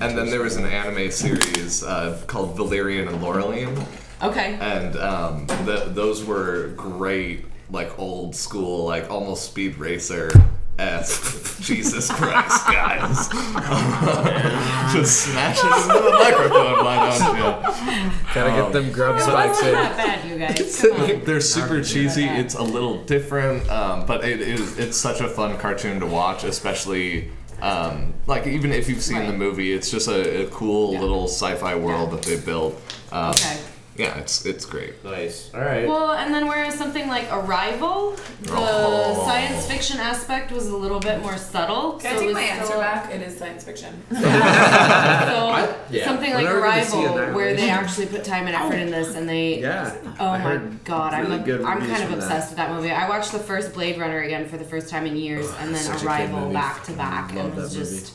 and then there was an anime series uh, called Valerian and Laureline, okay. and um, th- those were great, like old school, like almost speed racer. esque <laughs> Jesus Christ, guys! <laughs> Just smash it into the microphone, why don't you? Gotta get them grub it spikes wasn't in. that bad, you guys. Come on. They're super cheesy. It's a little different, um, but it is. It's such a fun cartoon to watch, especially um, like even if you've seen the Right. movie, it's just a, a cool Yeah. little sci-fi world that they built. Um, Okay. Yeah, it's it's great. Nice. All right. Well, and then whereas something like Arrival, the Oh. science fiction aspect was a little bit more subtle. Can I so it take <laughs> was my answer still- back? It is science fiction. <laughs> So yeah. something We're like never gonna see Arrival, where they Annihilation. actually put time and effort in this, and <laughs> they. Yeah. Oh I my heard god, I'm really a- good I'm reviews kind of from that. obsessed with that movie. I watched the first Blade Runner again for the first time in years, and then such a good Arrival movie. back to back, and Love it was that movie. just.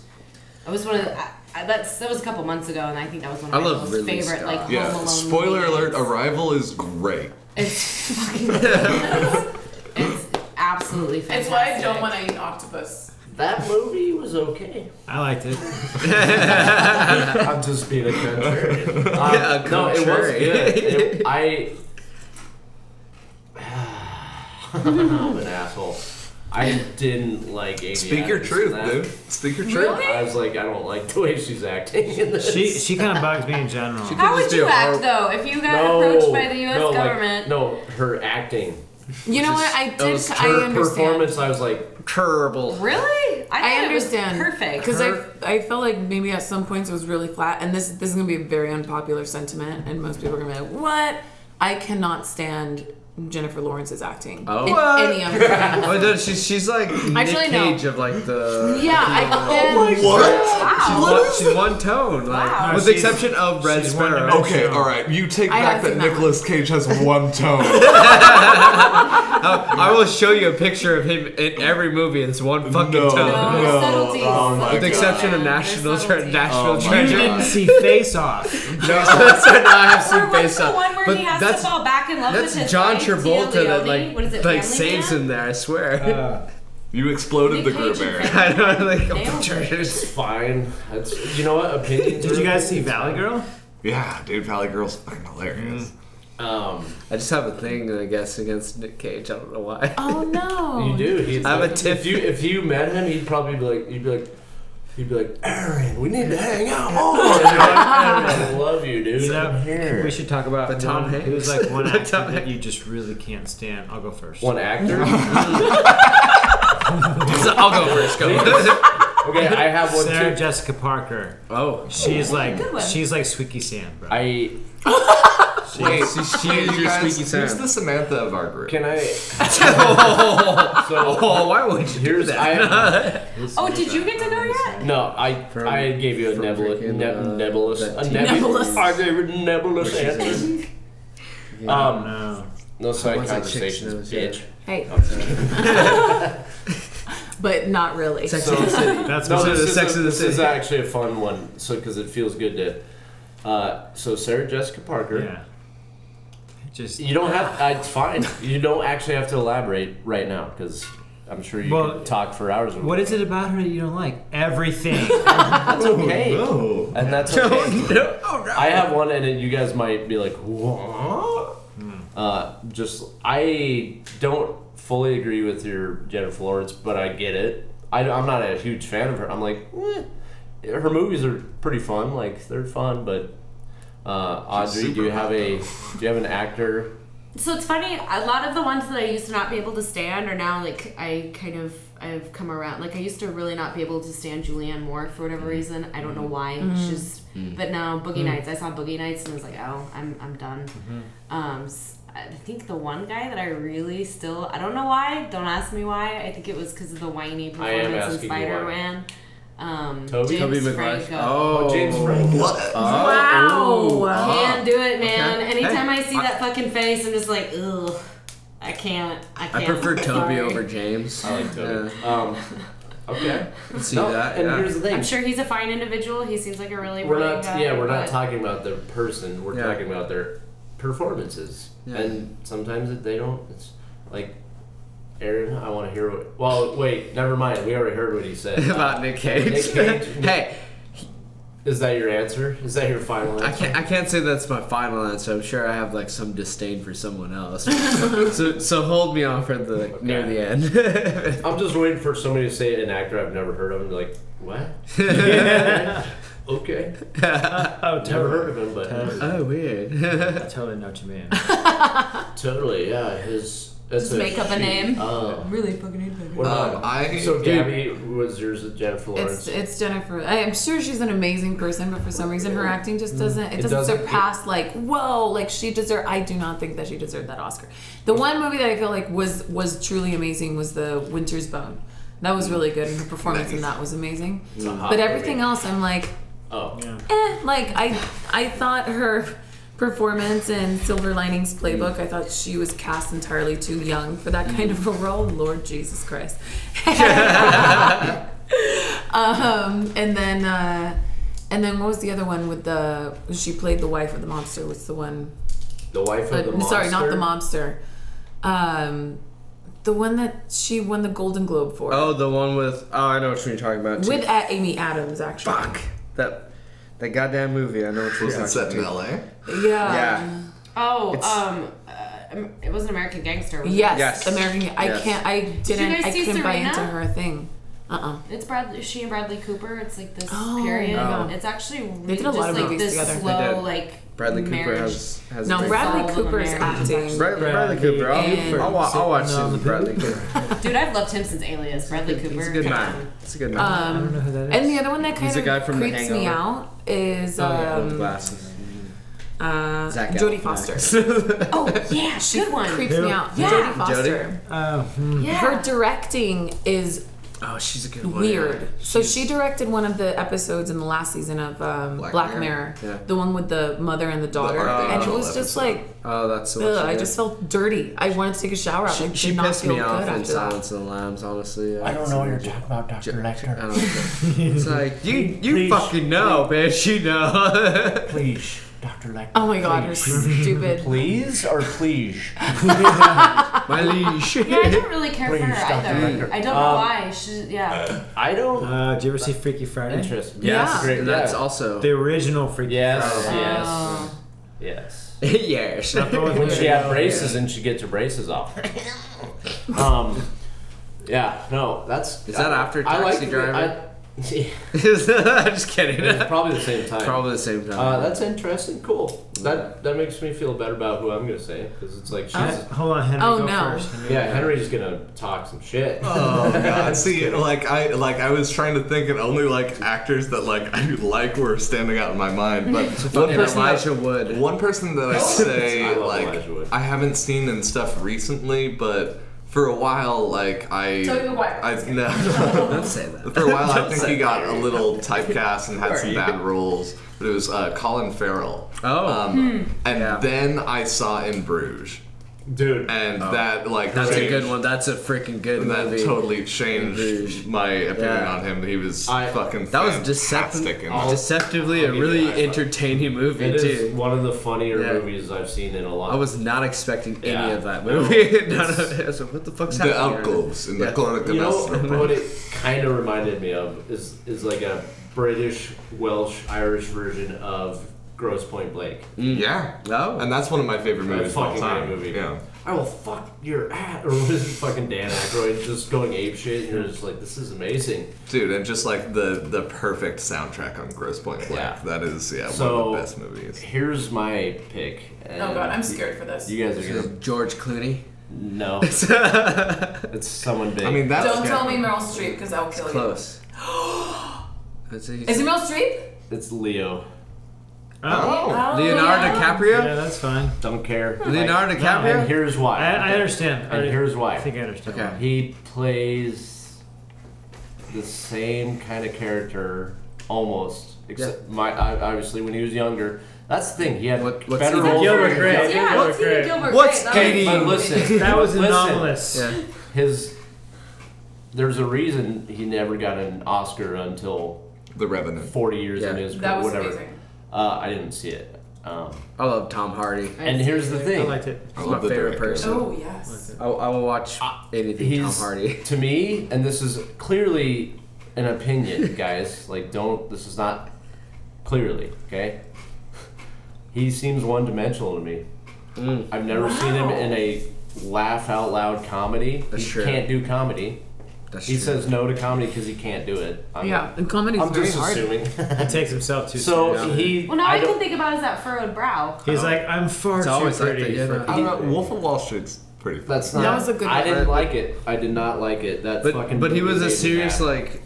It was one of the, I, I, that's that was a couple months ago, and I think that was one I of my love most Ridley favorite Scott. like Home Yeah. Alone Spoiler movies. alert: Arrival is great. <laughs> It's <laughs> fucking. it's, it's absolutely fantastic. It's why I don't want to eat octopus. that movie was okay. I <laughs> liked it. I'm just being a contrarian. <laughs> Um, Yeah, a no, it was contrarian. good. It- I. <laughs> I'm an asshole. I didn't like Amy. Speak your Adams in truth, that. dude. Speak your truth. I was like, I don't like the way she's acting in this. She she kind of bugs me in general. She- How Just would do you a act hor- though if you <laughs> got no, approached by the U.S. no, like, government? no, her acting, You know what? Just- I that did. was I her her understand. performance. I was like, Terrible. Really? I thought it was understand. Perfect. Because I, I felt like maybe at some points it was really flat, and this this is gonna be a very unpopular sentiment, and most people are gonna be like, "What? I cannot stand Jennifer Lawrence's acting Oh. in What? any other." thing. Oh, dude, she's she's like Actually, Nick no. Cage of like the <laughs> <laughs> yeah, I can. What? She's, wow. one, she's one tone, like Wow. with No, the she's- exception of Red she's one Sparrow. dimensional. Okay, all right. You take I back have that seen that Nicolas Cage has one tone. Oh, I will show you a picture of him in every movie. It's one fucking no, tone, there's no. subtleties. Oh my with the God. exception of Yeah, National there's tre- subtlety. National Oh my you Treasure. <laughs> God. didn't see Face Off. No, that's not. I have Or seen what's Face the Off, one where but he has that's to fall back in love with that's his John wife, Travolta Tia that Leone? what is like it, like Family saves Man? him there. I swear. Uh, You exploded the Nick group Cage and Aaron. <laughs> Fred- I don't like Nailed it. treasures. fine. That's you know what opinions. did are you guys see opinions. Valley Girl? Yeah, dude, Valley Girl's fucking hilarious. Um, I just have a thing, I guess, against Nick Cage. I don't know <laughs> why. Oh no! you do. He's I'm a like- tiff- If you if you met him, he'd probably be like, you'd be like, you'd be like, Aaron, we need to hang out. <laughs> more." And you're like, "Aaron, I love you, dude. You know, I'm here. We should talk about But Tom one- Hanks. Who's <laughs> like one But actor Tom that you just really can't stand? I'll go first. One <laughs> actor. I'll go first. Go. Okay, I have one Sarah too. Jessica Parker. oh, She's good like one. she's like Squeaky Sam, bro. I Wait, she, she is you your guys, squeaky sound. who's the Samantha of our <laughs> group? can I. so Oh, why would you do here's that? <laughs> I Oh, did you get to go yet? no I From- I gave you a from nebula, drinking, ne- uh, nebulous that a tea. nebu- Nebulous. I gave you a nebulous Which is answer. don't Um, know. no side Once I checked conversations, those, yeah. bitch. Hey. <laughs> but not <laughs> really. Sex and the City. That's No, my- Consider this, the is, Sex a- of the this is City. actually a fun one. So because it feels good to. Uh, so Sarah Jessica Parker yeah. Just You don't have. I- It's fine. You don't actually have to elaborate right now because I'm sure you Well, could talk for hours. what is it about her that you don't like? Everything. That's okay, Oh. and <laughs> that's okay. I have one, and then you guys might be like, "What?" Hmm. Uh, just I don't fully agree with your Jennifer Lawrence, but I get it. I, am not a huge fan of her. I'm like, eh. her movies are pretty fun. Like they're fun, but uh, She's Audrey, do super you have hot, a though. do you have an actor? So it's funny. A lot of the ones that I used to not be able to stand are now like I kind of I've come around. Like I used to really not be able to stand Julianne Moore for whatever Mm. reason. I don't know why. She's but now Boogie Nights. I saw Boogie Nights and I was like, oh, I'm I'm done. Mm-hmm. Um, s- I think the one guy that I really still I don't know why. Don't ask me why. I think it was because of the I whiny am performance in asking you why. Spider Man. Um, Toby? James Toby Maguire. Franco. <laughs> Oh, James Franco. What? Oh. Wow. Can't do it, man. Okay. Anytime Hey, I see I- that fucking face, I'm just like, ugh. I can't. I can't. I prefer Toby Sorry. over James. I like Toby. Yeah, Um, okay. I can see No, that. and yeah. here's the thing. I'm sure he's a fine individual. He seems like a really. We're brilliant not. Guy, yeah, we're not but- talking about the person. We're Yeah. talking about their performances, Yeah. and sometimes it, they don't. It's like Aaron. I want to hear what. Well, wait. Never mind. We already heard what he <laughs> said. <laughs> about Nick Cage. Nick Cage. <laughs> hey, Is that your answer? Is that your final I answer? can't. I can't say that's my final answer. I'm sure I have like some disdain for someone else. so, so hold me on for the near the <laughs> end. <laughs> I'm just waiting for somebody to say an actor I've never heard of and be like, what? okay. oh, Never totally. heard of him, but Totally. oh, weird. <laughs> I totally know what you mean. totally. Yeah, his. That's Just make up a she- Um, name. Oh. Really fucking anything. What about- Um, I- so Gabby was yours with Jennifer Lawrence. It's it's Jennifer. I, am sure she's an amazing person, but for some reason her acting just doesn't it, Mm. It doesn't, doesn't- surpass like whoa like she deserved. I do not think that she deserved that Oscar. The one movie that I feel like was was truly amazing was the Winter's Bone. That was really good, and her performance in that was amazing. Mm. It's a hot But movie. everything else, I'm like, Oh. eh, like I I thought her performance in Silver Linings Playbook, I thought she was cast entirely too young for that kind of a role. Lord Jesus Christ. <laughs> um, and then uh, and then what was the other one with the she played the wife of the mobster? What's the one? The wife of the uh, monster. Sorry, not the mobster. Um, the one that she won the Golden Globe for oh, the one with. Oh, I know what you're talking about. Too. with uh, Amy Adams, actually. fuck that that goddamn movie. I know what you're Was talking it set in about. LA? Yeah. Oh, It's- um, uh, um, it was an American Gangster. Was Yes, Yes. American. I Yes. can't. I didn't. guys I see couldn't buy Serena? into her thing. Uh uh It? It's Bradley. She and Bradley Cooper. It's like this Oh, period. no. It's actually really did a lot just of like movies this together. They slow did. like Bradley Cooper marriage. has has. No, a big- Soul Bradley of Cooper's America. acting. Bradley, Bradley Cooper. I'll, Cooper. I'll, wa- I'll watch Sitting on some the Bradley poop. Cooper. <laughs> Dude, I've loved him since Alias. Bradley Cooper. He's a good come man. on. He's a good man. I don't know Um, who that is. and the other one that kind He's the of guy from The creeps me Hangover. out is Oh, With um, glasses. uh, Zac Jodie Galifianakis. Foster. Oh <laughs> yeah, She good one. creeps Who? me out. Yeah. Jodie Foster. Oh, hmm. yeah. Her directing is Oh, she's a good one. weird. yeah. So She's- she directed one of the episodes in the last season of um, Black, Black Mirror, Mirror. Yeah. the one with the mother and the daughter, Art and it Angel was just episode. like, Oh, that's the one. ugh, she I did. just felt dirty. I wanted to take a shower. I She, did she not pissed feel me good off in after that. Silence of the Lambs. Honestly, I, talking about, Doctor <laughs> I don't know. It's like you, you Please. fucking know, bitch. You know. <laughs> Please, Doctor Lecter. Oh my god, you're stupid. Please or please? My <laughs> leash. Yeah, I don't really care for Please her stop either. that. I don't know Um, why. She, yeah. I don't. Uh, did you ever see Freaky Friday? Interest. Yes. Great, Oh. That's yeah. also The original Freaky Yes. Friday. Yes. Yes. <laughs> yes. Not the When one she had braces Yeah. and she gets her braces off. <laughs> Um. Yeah. No. That's. Is that after I <laughs> like Taxi the- Driver? I, yeah, <laughs> I'm just kidding. it's probably the same time. Probably the same time. Uh, that's interesting. Cool. That that makes me feel better about who I'm gonna say because it's like she's. Uh, Hold on, Henry. Oh, go no. First. Henry. yeah, Henry's gonna talk some shit. <laughs> Oh god! See, like I like I was trying to think, and only like actors that like <laughs> I like were standing out in my mind. But one Fucking person, that, Elijah Wood. <laughs> one person that I say I love like Elijah Wood. I haven't seen and stuff recently, but for a while, like I, Tobey Maguire. I no. <laughs> Don't say that. For a while, I think he got a little typecast and had some bad roles, but it was uh, Colin Farrell. Oh. Um, And Yeah. then I saw in Bruges. Dude, and that like Oh. That's a changed- good one. That's a freaking good That movie. totally changed Agreed. my opinion Yeah. on him. He was I- fucking That was fantastic. deceptive, in that. deceptively a I'll give really you that. entertaining movie It is too. one of the funnier Yeah. movies I've seen in a long. I was not expecting any Yeah. of that No. movie. <laughs> None of it. I was like, what the fuck's the happening? right now? uncles in Yeah. the Clone of the you know Master. what it kind of reminded me of is is like a British, Welsh, Irish version of Gross Point Blake. Mm. Yeah, No. and that's one of my favorite That movies of all fucking time. great movie. Yeah, I will fuck your ass, or what is it, fucking Dan Aykroyd just going ape shit? And you're just like, this is amazing. dude, and just like the the perfect soundtrack on Gross Point Blank. Yeah. That is yeah So- one of the best movies. Here's my pick. and Oh god, I'm scared for this. You guys are This <laughs> gonna is George Clooney. no. it's someone big. I mean, that's Don't tell me Meryl Streep because I'll <gasps> kill Close. That's a- you. Is it Meryl Streep? it's Leo. Oh. Leonardo yeah, DiCaprio? that's fine. Don't care. Leonardo Like, and DiCaprio? here's why. I, I understand. And I, here's why. I think I understand. Okay. why. He plays the same kind of character almost, except my I, obviously when he was younger. That's the thing. He had What- what's better he- roles. Gilbert Grape. Yeah, Gilbert it's even Grape. Gilbert What's Grape. Okay, Katie? but listen, That was listen, anomalous. Yeah. His there's a reason he never got an Oscar until The Revenant. 40 years Yeah. into his career. That was whatever. amazing. Uh, I didn't see it. Um, I love Tom Hardy. I and see. here's the I thing. liked it. I He's love my the favorite director. person. Oh yes. I, I will watch anything Tom Uh, He's Hardy. to me, and this is clearly an <laughs> opinion, guys. like, don't. This is not clearly okay. He seems one-dimensional to me. Mm. I've never seen him Wow. in a laugh out loud comedy. That's he true. can't do comedy. That's He true. says no to comedy because he can't do it. I'm, and comedy's I'm just assuming. <laughs> <laughs> He takes himself too so seriously. he. Well, now I, I can don't- think about is that furrowed brow. He's like, I'm far It's too always like pretty. that, yeah. for I people." don't know. Wolf of Wall Street's pretty. Fun. That's not. That was a good I one. didn't like it. I did not like it. That But fucking. but he movie was made a me serious mad. like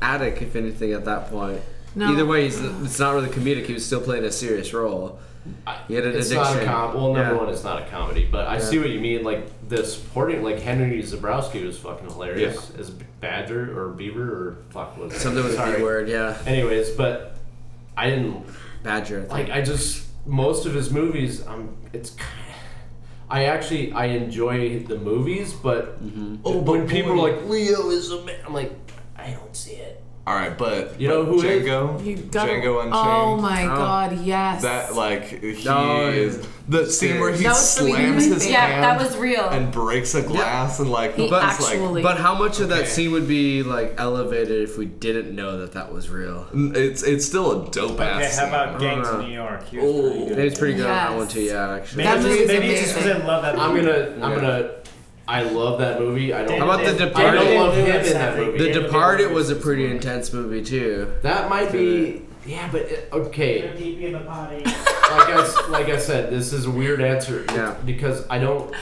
addict, if anything, at that point. No. Either way, he's, it's not really comedic. He was still playing a serious role. He had an it's Not a addiction. com- well, number Yeah. one, it's not a comedy, but I see what you mean. Like the supporting, like Henry Zabrowski was fucking hilarious as Badger or Beaver or fuck was Something with a Sorry. B word, yeah. Anyways, but I didn't Badger. I think. like. I just most of his movies. I'm. It's kind. of I actually I enjoy the movies, but Mm-hmm. oh, when people are like Leo is a man, I'm like I don't see it. All right, but You but know who is- Django? You got Django Unchained. Oh my Oh. god, yes. That like he No, is the scene where he That was really slams amazing. his Yeah, hand that was real. and breaks a glass and like he but it's like actually. But how much of that scene would be like elevated if we didn't know that that was real? it's it's still a dope Okay, ass. how about scene. Gangs Oh. of New York? He was pretty Oh, good. It was pretty good on that Yes. one too. Yeah, actually. Maybe, That it's movie's just- maybe it's just amazing. because I love that. I'm movie. gonna I'm gonna I love that movie. I don't. How about The I Departed? don't love him in that The movie. The Yeah, but- Departed was a pretty intense movie too. That might be. Yeah, but it, okay. Like I, s- <laughs> like I said, this is a weird answer. Yeah. Because I don't.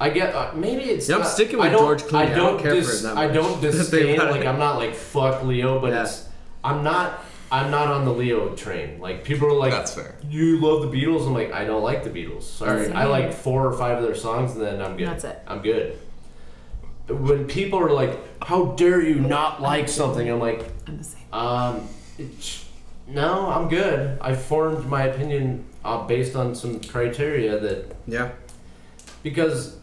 I get uh, maybe it's. Yeah, I'm not, sticking I with don't- George Clooney. I don't care for dis- him that I much. <laughs> don't Think disdain. about like it. I'm not like fuck Leo, but Yeah. it's. I'm not. I'm not on the Leo train. Like people are like, That's fair. You love the Beatles. I'm like, I don't like the Beatles. Sorry, I like four or five of their songs, and then I'm good. That's it. I'm good. When people are like, "How dare you not like something?" I'm like, I'm the same. um, it's, no, I'm good. I formed my opinion uh, based on some criteria that Yeah. because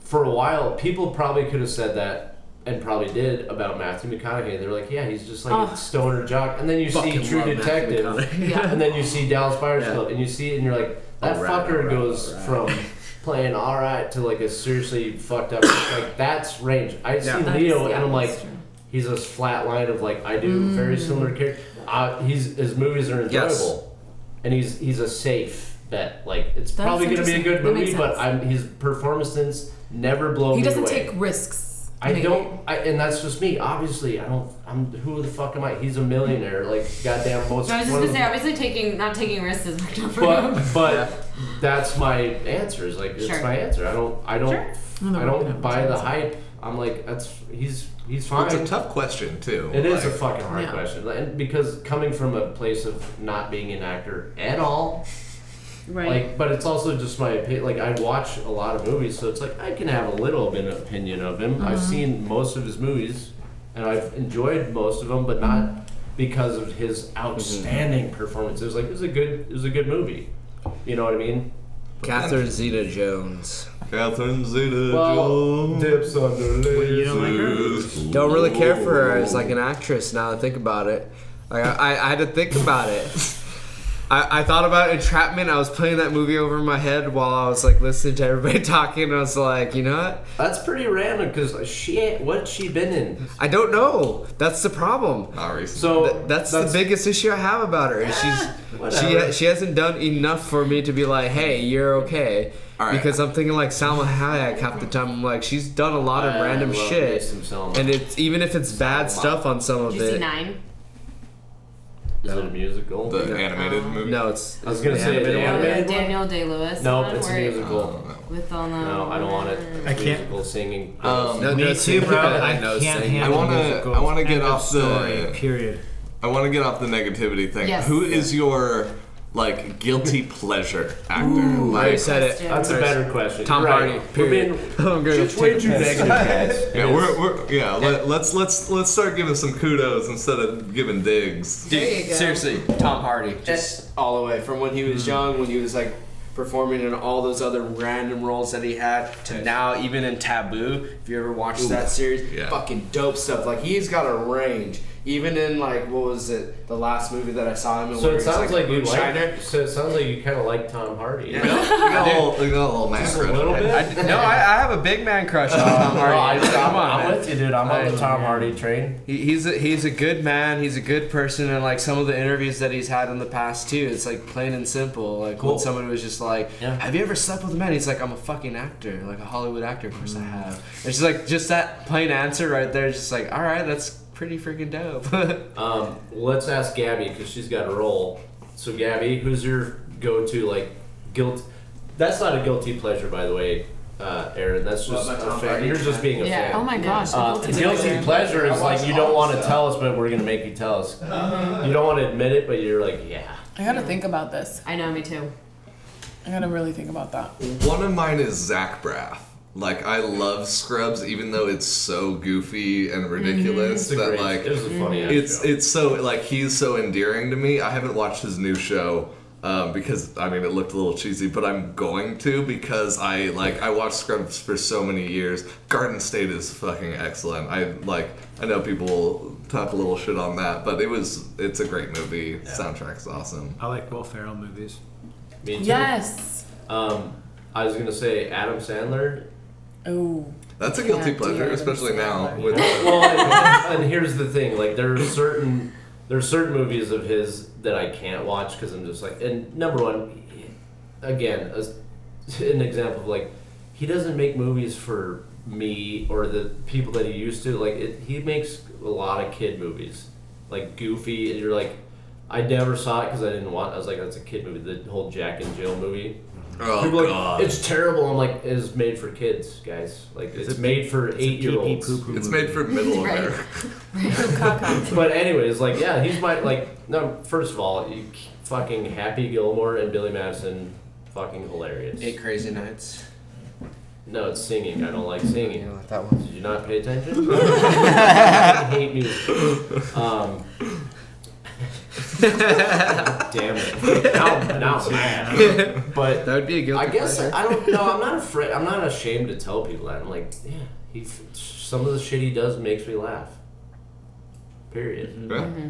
for a while people probably could have said that and probably did about Matthew McConaughey. They're like, yeah, he's just like Oh. a stoner jock. And then you Fucking see True love Matthew Detective, McConaughey. Yeah. and then you see Dallas Buyers Yeah. Club, and you see it, and you're like, that All right, fucker all right, goes all from. <laughs> Playing all right to like a seriously fucked up like that's range. I see That is- Leo yeah, and I'm like, that's true. Mm. he's this flat line of like I do very similar character. Uh, he's his movies are enjoyable, Yes. and he's he's a safe bet. Like it's That's probably going to be a interesting. good That movie, makes but sense. I'm, his performances never blow he me away. doesn't take risks. I maybe. don't, I, and that's just me. Obviously, I don't. I'm who the fuck am I? He's a millionaire. Like goddamn, most. So I was just one gonna of say, the- obviously taking not taking risks is worked out for him. but but that's my answer. Is like it's Sure. my answer. I don't I don't No, no, I no, no, don't buy no, the no. hype. I'm like that's he's he's Well, fine. it's a tough question too. It is a like, fucking hard Yeah. question, and because coming from a place of not being an actor at all, <laughs> Right. like, but it's also just my opinion. Like, I watch a lot of movies, so it's like I can have a little bit of opinion of him. I've seen most of his movies, and I've enjoyed most of them, but not because of Mm-hmm. his outstanding performances. Like, it was a good, it was a good movie. You know what I mean? Catherine Zeta Jones. Catherine Zeta Well, Jones dips under Wait, you don't like her? lasers. Don't really care for her as like an actress now that I think about it. Like I, I, I had to think about it. <laughs> I, I thought about Entrapment. I was playing that movie over my head while I was like listening to everybody <laughs> talking. And I was like, you know what? That's pretty random because she what's she been in? I don't know. That's the problem. Not recently. So Th- that's, the biggest issue I have about her. <laughs> Is she's she whatever. ha- she hasn't done enough for me to be like, hey, you're okay. All right. Because I'm thinking like Salma Hayek half the time. I'm like, she's done a lot of I random love me shit, some Selma. and it's even if it's bad stuff on some of Did you see it. nine? Is it a musical? the animated movie. No, it's. I was gonna say the Uh, animated. the Daniel Day Lewis. No, one it's a where he- I Oh. musical. don't know. With all the. No, I don't want it. I can't- Musical singing. Um, No, no, Me see, too, bro. but I know can't saying- handle I wanna- musicals. I wanna get End of off the- story, period. I want to get off the negativity thing. Yes. Who is your like <laughs> guilty pleasure actor? I like, already said it. Question. That's a better question. Tom Right. Hardy. We're Period. being <laughs> I'm gonna just take way a too piss. negative, guys. <laughs> yeah, we're, we're yeah. Let, let's let's let's start giving some kudos instead of <laughs> giving digs. There you go. seriously, Tom Hardy, just all the way from when he was young, when he was like performing in all those other random roles that he had, to now even in Taboo. If you ever watched that series, yeah. fucking dope stuff. Like he's got a range. Even in like what was it, the last movie that I saw him in, So where it he's, sounds like like a you <laughs> moonshiner. like. So it sounds like you kind of like Tom Hardy. We got, we got a little, we got a little Just macro. a little bit. I, no, I, I have a big man <laughs> crush on Tom No, Oh, I, Hardy. Come on, am man. with you, dude. I'm on the Tom Hardy train. He- He's a, he's a good man. He's a good person, and like some of the interviews that he's had in the past too, it's like plain and simple. Like Cool. when someone was just like, Yeah. "Have you ever slept with a man?" He's like, "I'm a fucking actor, like a Hollywood actor. Of course Mm. I have." And she's like, just that plain answer right there, is just like, "All right, that's pretty <laughs> freaking dope." Um, let's ask Gabby because she's got a role. So Gabby, who's your go-to like guilt? That's not a guilty pleasure, by the way, uh, Aaron. That's just about a Tom fan- Hardy? You're just being a Yeah. fan. Oh my gosh. the Uh, guilty guilty pleasure. pleasure is like you don't want to tell us, but we're gonna make you tell us. You don't want to admit it, but you're like, yeah. I gotta think about this. I know, me too. I gotta really think about that. One of mine is Zach Braff. Like I love Scrubs, even though it's so goofy and ridiculous It's a that great. like it was a funny. ass it's show. it's so like he's so endearing to me. I haven't watched his new show um, because I mean it looked a little cheesy, but I'm going to because I like I watched Scrubs for so many years. Garden State is fucking excellent. I like I know people talk a little shit on that, but it was it's a great movie. Soundtrack's awesome. I like Will Ferrell movies. Me too. Yes. Um, I was gonna say Adam Sandler. Oh. That's a guilty Yeah, pleasure, dude, especially it's now so <laughs> <laughs> with well, and, and here's the thing: like there are certain there are certain movies of his that I can't watch because I'm just like, and number one, again, as an example of like he doesn't make movies for me or the people that he used to. Like it, he makes a lot of kid movies, like goofy, and you're like. I never saw it because I didn't want. I was like, "That's a kid movie." The whole Jack and Jill movie. oh People are like, god, it's, it's terrible. I'm like, it's made for kids, guys. Like, it's, made for eight year olds. made for <laughs> middle Right. America. <laughs> But anyways, like yeah, he's my like no. First of all, you c- fucking Happy Gilmore and Billy Madison, fucking hilarious. Eight Crazy Nights. no, it's singing. I don't like singing. like that one. Did you not pay attention? <laughs> I hate music. Um, damn it! Now, now I'm <laughs> mad. But That would be a guilty I guess pleasure. I don't know. I'm <laughs> not afraid. I'm not ashamed to tell people that. I'm like, yeah, he. f- Some of the shit he does makes me laugh. Period. Mm-hmm. Yeah.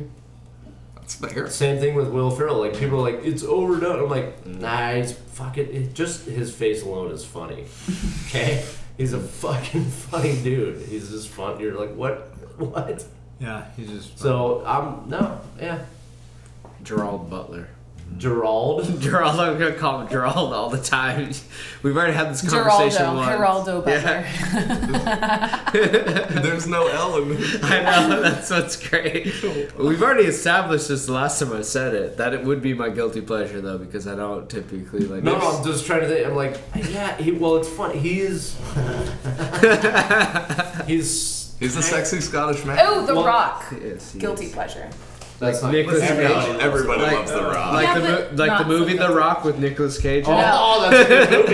That's fair. Same thing with Will Ferrell. Like people are like, it's overdone. I'm like, Mm. nah, he's fucking. It, just his face alone is funny. Okay, <laughs> he's a fucking funny dude. He's just fun. You're like, what? What? Yeah, he's just. So I'm no, yeah. Gerald Butler. <laughs> Gerald. Gerald, I'm gonna call him Gerald all the time. We've already had this conversation Geraldo. once. Geraldo Butler. There's no L in <laughs> it. I know that's what's great. We've already established this the last time I said it that it would be my guilty pleasure though because I don't typically like. No, no, I'm just trying to think. I'm like, yeah. He, well, it's funny. He <laughs> is. <laughs> he's. He's a sexy Scottish man. Oh, The Well, Rock. Yes, yes. Guilty pleasure. That's not. Nicolas Listen, Cage. y'all, everybody Like- loves The Rock. Like Yeah, the but mo- like the not movie so The Rock with Nicolas Cage. Oh, No. that's a good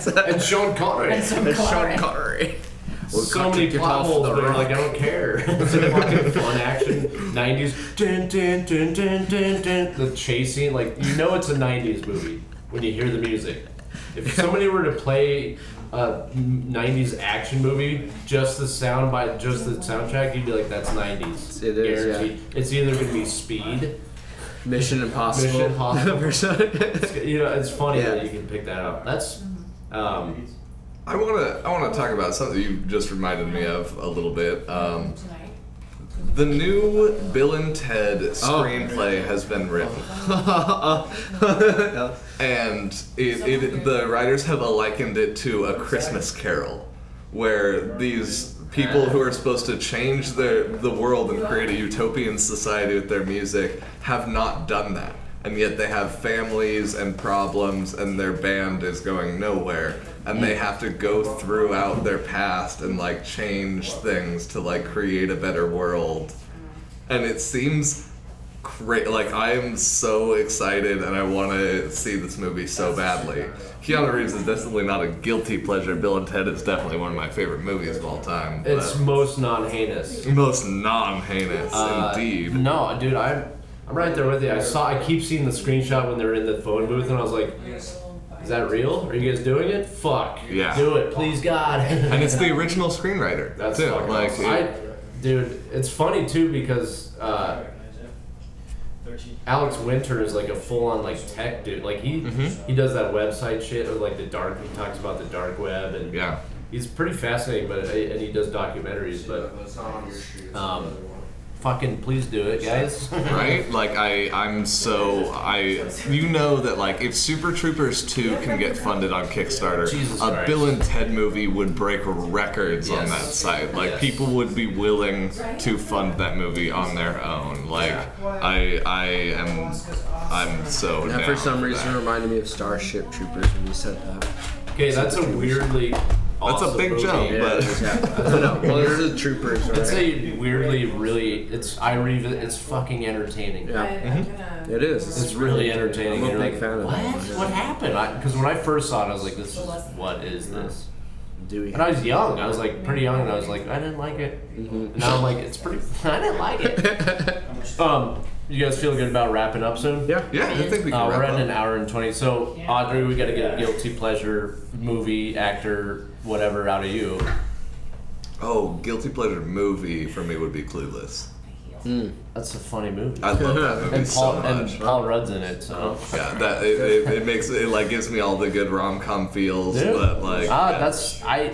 <laughs> movie. and Sean Connery. And some and Sean coloring. Connery. so many plot holes, but like, I don't <laughs> care. It's a fucking fun action. 90s. Dun, dun, dun, dun, dun, dun. The chasing, like, you know it's a 90s movie when you hear the music. <laughs> If somebody were to play a '90s action movie, just the sound by just the soundtrack, you'd be like, "That's '90s." It is, yeah. Guaranteed. It's either gonna be Speed. Mission Impossible. <laughs> Mission Impossible. <laughs> Persona- It's, you know, it's funny Yeah. Mm-hmm. that you can pick that up. That's. Um, I wanna I wanna talk about something you just reminded me of a little bit. Um, the new Bill and Ted screenplay has been written. and it, it, the writers have likened it to a Christmas Carol, where these people who are supposed to change their, the world and create a utopian society with their music have not done that. And yet they have families and problems, and their band is going nowhere. And they have to go throughout their past and like change things to like create a better world and it seems great. Like I am so excited, and I want to see this movie so badly. Keanu Reeves is definitely not a guilty pleasure. Bill and Ted is definitely one of my favorite movies of all time. but it's most non-heinous. most non-heinous, Uh, indeed. No, dude, I'm I'm right there with you. I saw I keep seeing the screenshot when they're in the phone booth, and I was like, "Is that real? Are you guys doing it? Fuck, Yeah. do it, please, God." <laughs> and it's the original screenwriter. That's too. fucking Like, awesome. it- I, dude, it's funny too because uh, Alex Winter is like a full-on like tech dude. Like he Mm-hmm. he does that website shit or like the dark. He talks about the dark web and yeah. he's pretty fascinating. But uh, and he does documentaries. But um, fucking please do it, guys. <laughs> right? Like I, I'm so I, you know that like if Super Troopers two can get funded on Kickstarter, Jesus a Christ. Bill and Ted movie would break records on Yes. that site. Like Yes. people would be willing to fund that movie on their own. Like I, I am, I'm so. That down for some with reason that. reminded me of Starship Troopers when you said <laughs> that. Okay, that's a weirdly. that's a awesome big movie. jump, but. Yeah. no, no. <laughs> Well, this is Troopers, right? It's a weirdly, really. It's I read it. It's fucking entertaining. yeah. Mm-hmm. It is. It's really entertaining. I'm a You're big like, fan of what? that one, yeah. What happened? Because when I first saw it, I was like, "This is what is this?" Do we? And I was young. I was like pretty young, and I was like, "I didn't like it." Mm-hmm. And now I'm like, "It's pretty. <laughs> I didn't like it." <laughs> um, you guys feel good about wrapping up soon? Yeah. <laughs> Yeah, I think we can Uh, we're wrap at up. an hour and twenty. So Audrey, we got to get a guilty pleasure <laughs> movie actor, whatever, out of you. Oh, guilty pleasure movie for me would be Clueless. That's a funny movie. I love <laughs> that movie and so Paul much. and Paul Rudd's in it. So Yeah, that it, it, it makes it like gives me all the good rom com feels, Yeah. but like ah, yeah. that's I.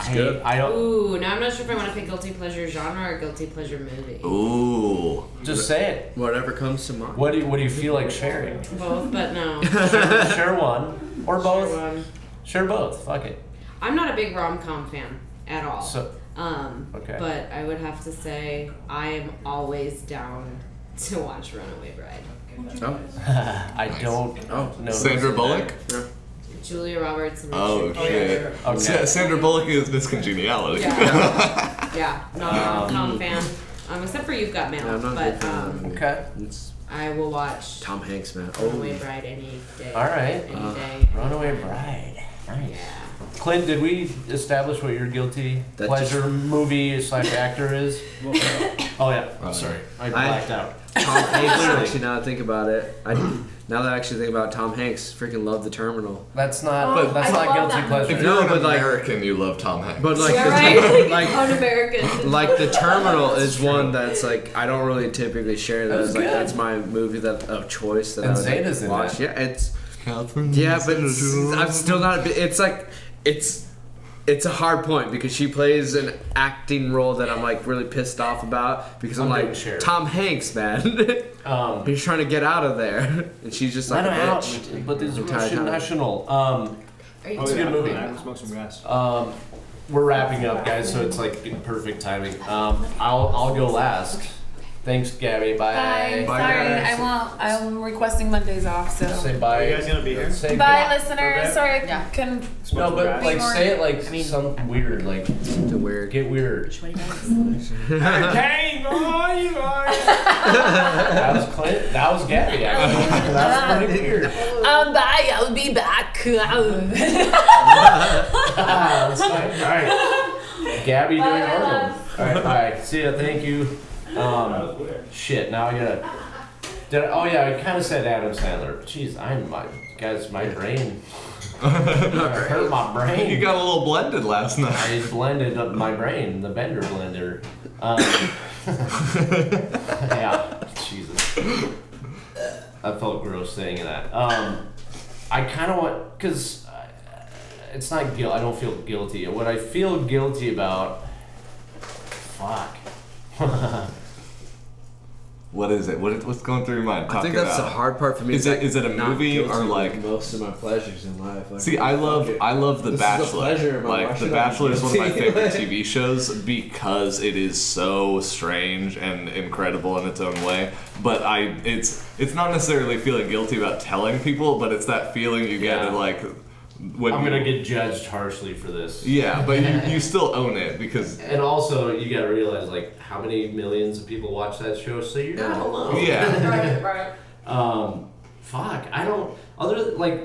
I, good. I don't Ooh, now I'm not sure if I want to pick guilty pleasure genre or guilty pleasure movie. ooh. just say it. Whatever comes to mind. What do you, what do you feel like sharing? Both, <laughs> but no. share, share one or both. Um, Share both. Fuck it. I'm not a big rom com fan at all. So um, Okay. But I would have to say I am always down to watch Runaway Bride. Oh. I don't Oh. know. who's Sandra in Bullock. Julia Roberts and Oh Richard shit. Gere. Okay. Sa- Sandra Bullock is Miss Congeniality. Yeah, not a rom com fan. Um, except for You've Got Mail. Yeah, I'm not a big fan but of that um, movie. there? Okay. It's I will watch Tom Uh, Hanks, man. <laughs> Runaway Oh. Bride any day. All right. Any day. Runaway Bride. Nice. Yeah. Clint, did we establish what your guilty That pleasure movie slash actor is? <laughs> oh yeah. I'm sorry. I blacked out. Tom Hanks. actually, now that I think about it, I now that I actually think about it, Tom Hanks, freaking love the terminal. That's not. But- that's Oh, I not love guilty that pleasure. <laughs> If No, you're an but, like- American, you love Tom Hanks. But like, Yeah, the, <laughs> <laughs> right? like, Un American. like the terminal is one that's like I don't really typically share. That That was is like good. that's my movie that of choice that And I would Zeta's in watch. that. Yeah, it's Catherine yeah, but it's- I'm still not. A, bi- it's like it's. It's a hard point because she plays an acting role that I'm like really pissed off about because I'm, I'm like getting shared. Tom Hanks, man. <laughs> Um, He's trying to get out of there, <laughs> and she's just like, let him bitch. out. But this is Entire Russian time. national. Um, Are you it's a good movie. Smoke some grass. Um, we're wrapping up, guys, so it's like perfect timing. Um, I'll I'll go last. Thanks, Gabby. Bye. Bye. Sorry, I won't. I'm requesting Mondays off, so. Say bye. Are you guys gonna be here? Say Bye, Okay. listeners. Sorry, I Yeah. couldn't. Smoke No, some but grass. <laughs> like Be say it like I mean- some weird, like The weird. get weird. Hey, boy, boy. That was Clint. That was Gabby. Actually, <laughs> that was pretty weird. Um, bye. I'll be back. Ah, that's nice. All right, Gabby doing Bye, Arnold. love. All right, bye. See ya. Thank you. Um, shit. Now I gotta. <laughs> Did I, oh yeah, I kind of said Adam Sandler. Jeez, I'm my guys. My brain. hurt my brain. You got a little blended last night. I blended up my brain, the Bender blender. Um, yeah, Jesus. I felt gross saying that. Um, I kind of want, because it's not guilt. I don't feel guilty. What I feel guilty about, fuck. What is it? What, what's going through your mind? I Talk think it that's the out. hard part for me. Is it- is it a not movie guilty or, of like- most of my pleasures in life? Like, See, I love fuck it. I love The This is a Bachelor. pleasure of mine. Why like The should I Bachelor be is one of my guilty? favorite <laughs> Like- TV shows because it is so strange and incredible in its own way. But I, it's it's not necessarily feeling guilty about telling people, but it's that feeling you get Yeah. of like when I'm you- going to get judged harshly for this. yeah, but <laughs> you, you still own it because And also, you got to realize, like, how many millions of people watch that show, so you're not Yeah. alone. yeah. right, right. Um, fuck, I don't. Other than, like,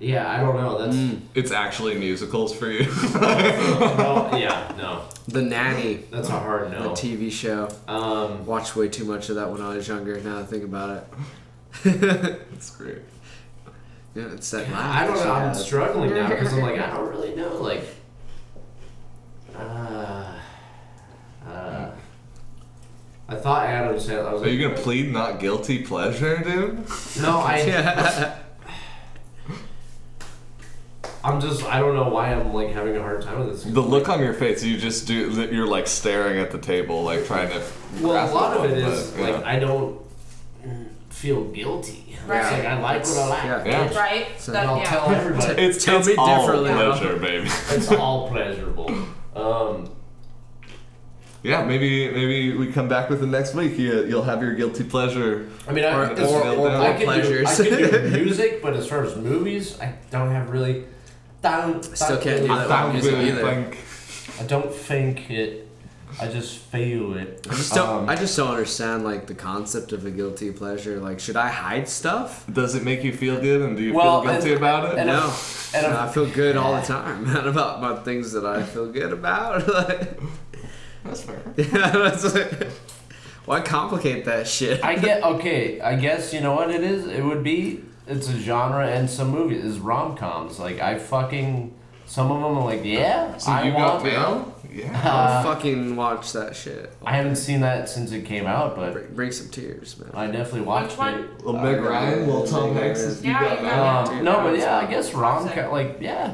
yeah, I don't know. That's It's actually musicals for you. <laughs> no, yeah, no. The Nanny, That's a hard the no. TV show. Um, Watched way too much of that when I was younger. Now I think about it. That's great. <laughs> Yeah, it's that laugh. I don't that she know. I'm has. struggling now because I'm like, I don't really know. Like, uh, uh, I thought Adam said I was Are like, you gonna plead not guilty pleasure, dude? no, I. <laughs> Yeah. I'm just. I don't know why I'm like having a hard time with this. The look on your face, you just do. that You're like staring at the table, like trying to. Well, a grasp lot of one, it is but, like yeah. I don't feel guilty. It's Right. like I like what I like. Yeah. Yeah. Right? So That- And I'll yeah. tell everybody. It's Tell it's me all differently, huh? pleasure, baby. it's all pleasurable. Um, Yeah, maybe maybe we come back with it next week. You, you'll have your guilty pleasure. I mean, I, Or- it's- or- or I more can pleasures. Do, I <laughs> <laughs> can do music, but as far as movies, I don't have really. Don't, Still can't do I, that. Found Found music really either. think- I don't think it. I just feel it. I just don't. Um, I just don't understand like the concept of a guilty pleasure. Like, should I hide stuff? Does it make you feel good, and do you Well, feel guilty and- about it? and No. and No, I'm- I feel good all the time <laughs> about about things that I feel good about. <laughs> Like, That's fair. <laughs> yeah, that's like, why complicate that shit? I get okay. I guess you know what it is. It would be it's a genre and some movies is rom coms. Like I fucking some of them are like yeah. So I you want Uh, got mail? Yeah. Uh-huh. I'll fucking watch that shit. I haven't seen that since it came out, but Bring, bring some tears, man. I definitely watched Which one? it. Little Meg Ryan, little Tom Hanks. is- Yeah, you got you mail? got Um, no, but yeah, I guess rom com like yeah.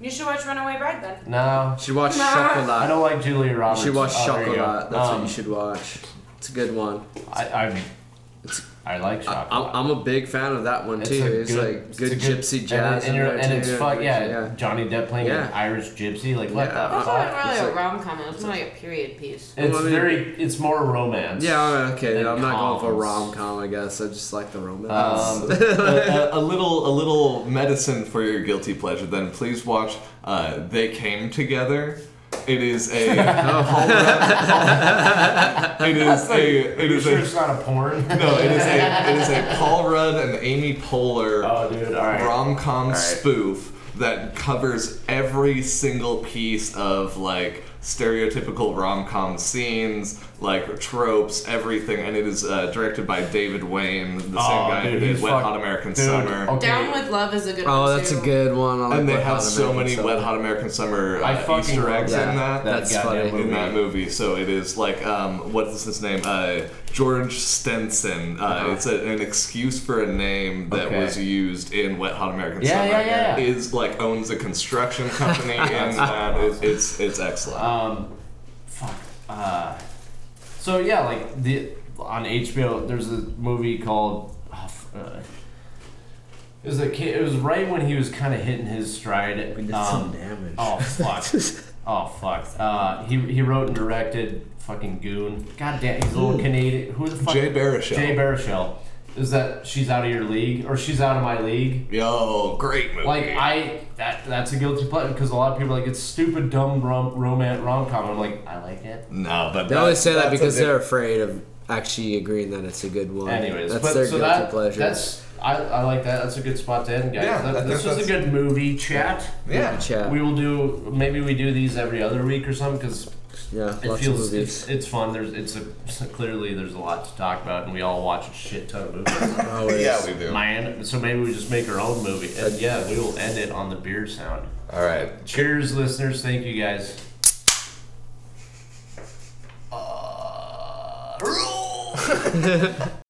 You should watch Runaway Bride then. No, Should watch Nah. Chocolat. I don't like Julia You Roberts. should watch Oh, there you go. Chocolat. That's what Um, you should watch. It's a good one. I I, I like Chocolat. I'm, I'm a big fan of that one It's too. a It's good- like it's good, a gypsy jazz and, in you're- there, and it's too. fuck yeah, yeah. Johnny Depp playing Yeah. an Irish gypsy like what Yeah. the fuck? That's not really Uh-huh. It's a like- rom com. It's more like a period piece. It's Well, I mean- very. It's more romance. Yeah, all right, okay. Then I'm not going for rom cons. com. I guess I just like the romance. Um, a, a- a little a little medicine for your guilty pleasure then please watch uh, they came together it is a it is a it you is sure a it's not a porn? <laughs> no it is a it is a paul rudd and amy poehler Oh, dude. All right. rom-com spoof that covers every single piece of like stereotypical rom-com scenes like tropes everything and it is uh, directed by david wayne the same Oh, guy who dude, did he's wet fuck- hot american dude, Oh, summer okay. Down with Love is a good <laughs> one. oh, that's too. a good one. I like and they Wet have Hot so American many Summer. wet hot american summer I uh, fucking easter love eggs that. in that That That's goddamn funny. in movie. that movie. So it is like um, what is his name? Uh, George Stenson. Uh, It's a, an excuse for a name that Uh-huh. Okay. was used in Wet Hot American Yeah, Summer. yeah, yeah, yeah. Is like owns a construction <laughs> company and that. It, it's it's excellent. Um, fuck. Uh, so yeah, like the on HBO, there's a movie called. oh, f- Uh, it was a kid, It was right when he was kind of hitting his stride. We did some um, damage. <laughs> oh fuck. Oh fuck! Uh, he he wrote and directed fucking Goon. God damn, he's a little Canadian. Who the fuck? Jay Baruchel. Jay Baruchel. Is that she's out of your league or she's out of my league? Yo, great movie. Like I that that's a guilty pleasure because a lot of people are like it's stupid dumb rom romance rom com. I'm like I like it. no, but They always that's- say that that's a because diff- they're afraid of actually agreeing that it's a good one. Anyways, that's but, their so guilty that, pleasure. That's I, I like that. That's a good spot to end, guys. Yeah, That- I think this was a that's- good movie chat. yeah. <laughs> chat. We will do maybe we do these every other week or something because Yeah, It lots feels of movies. it's, it's fun. There's it's a, <laughs> clearly there's a lot to talk about, and we all watch a shit ton of movies. Always. <laughs> yeah, we do. Man, so maybe we just make our own movie, and yeah, we will end it on the beer sound. All right. Cheers, listeners! Thank you guys. Uh,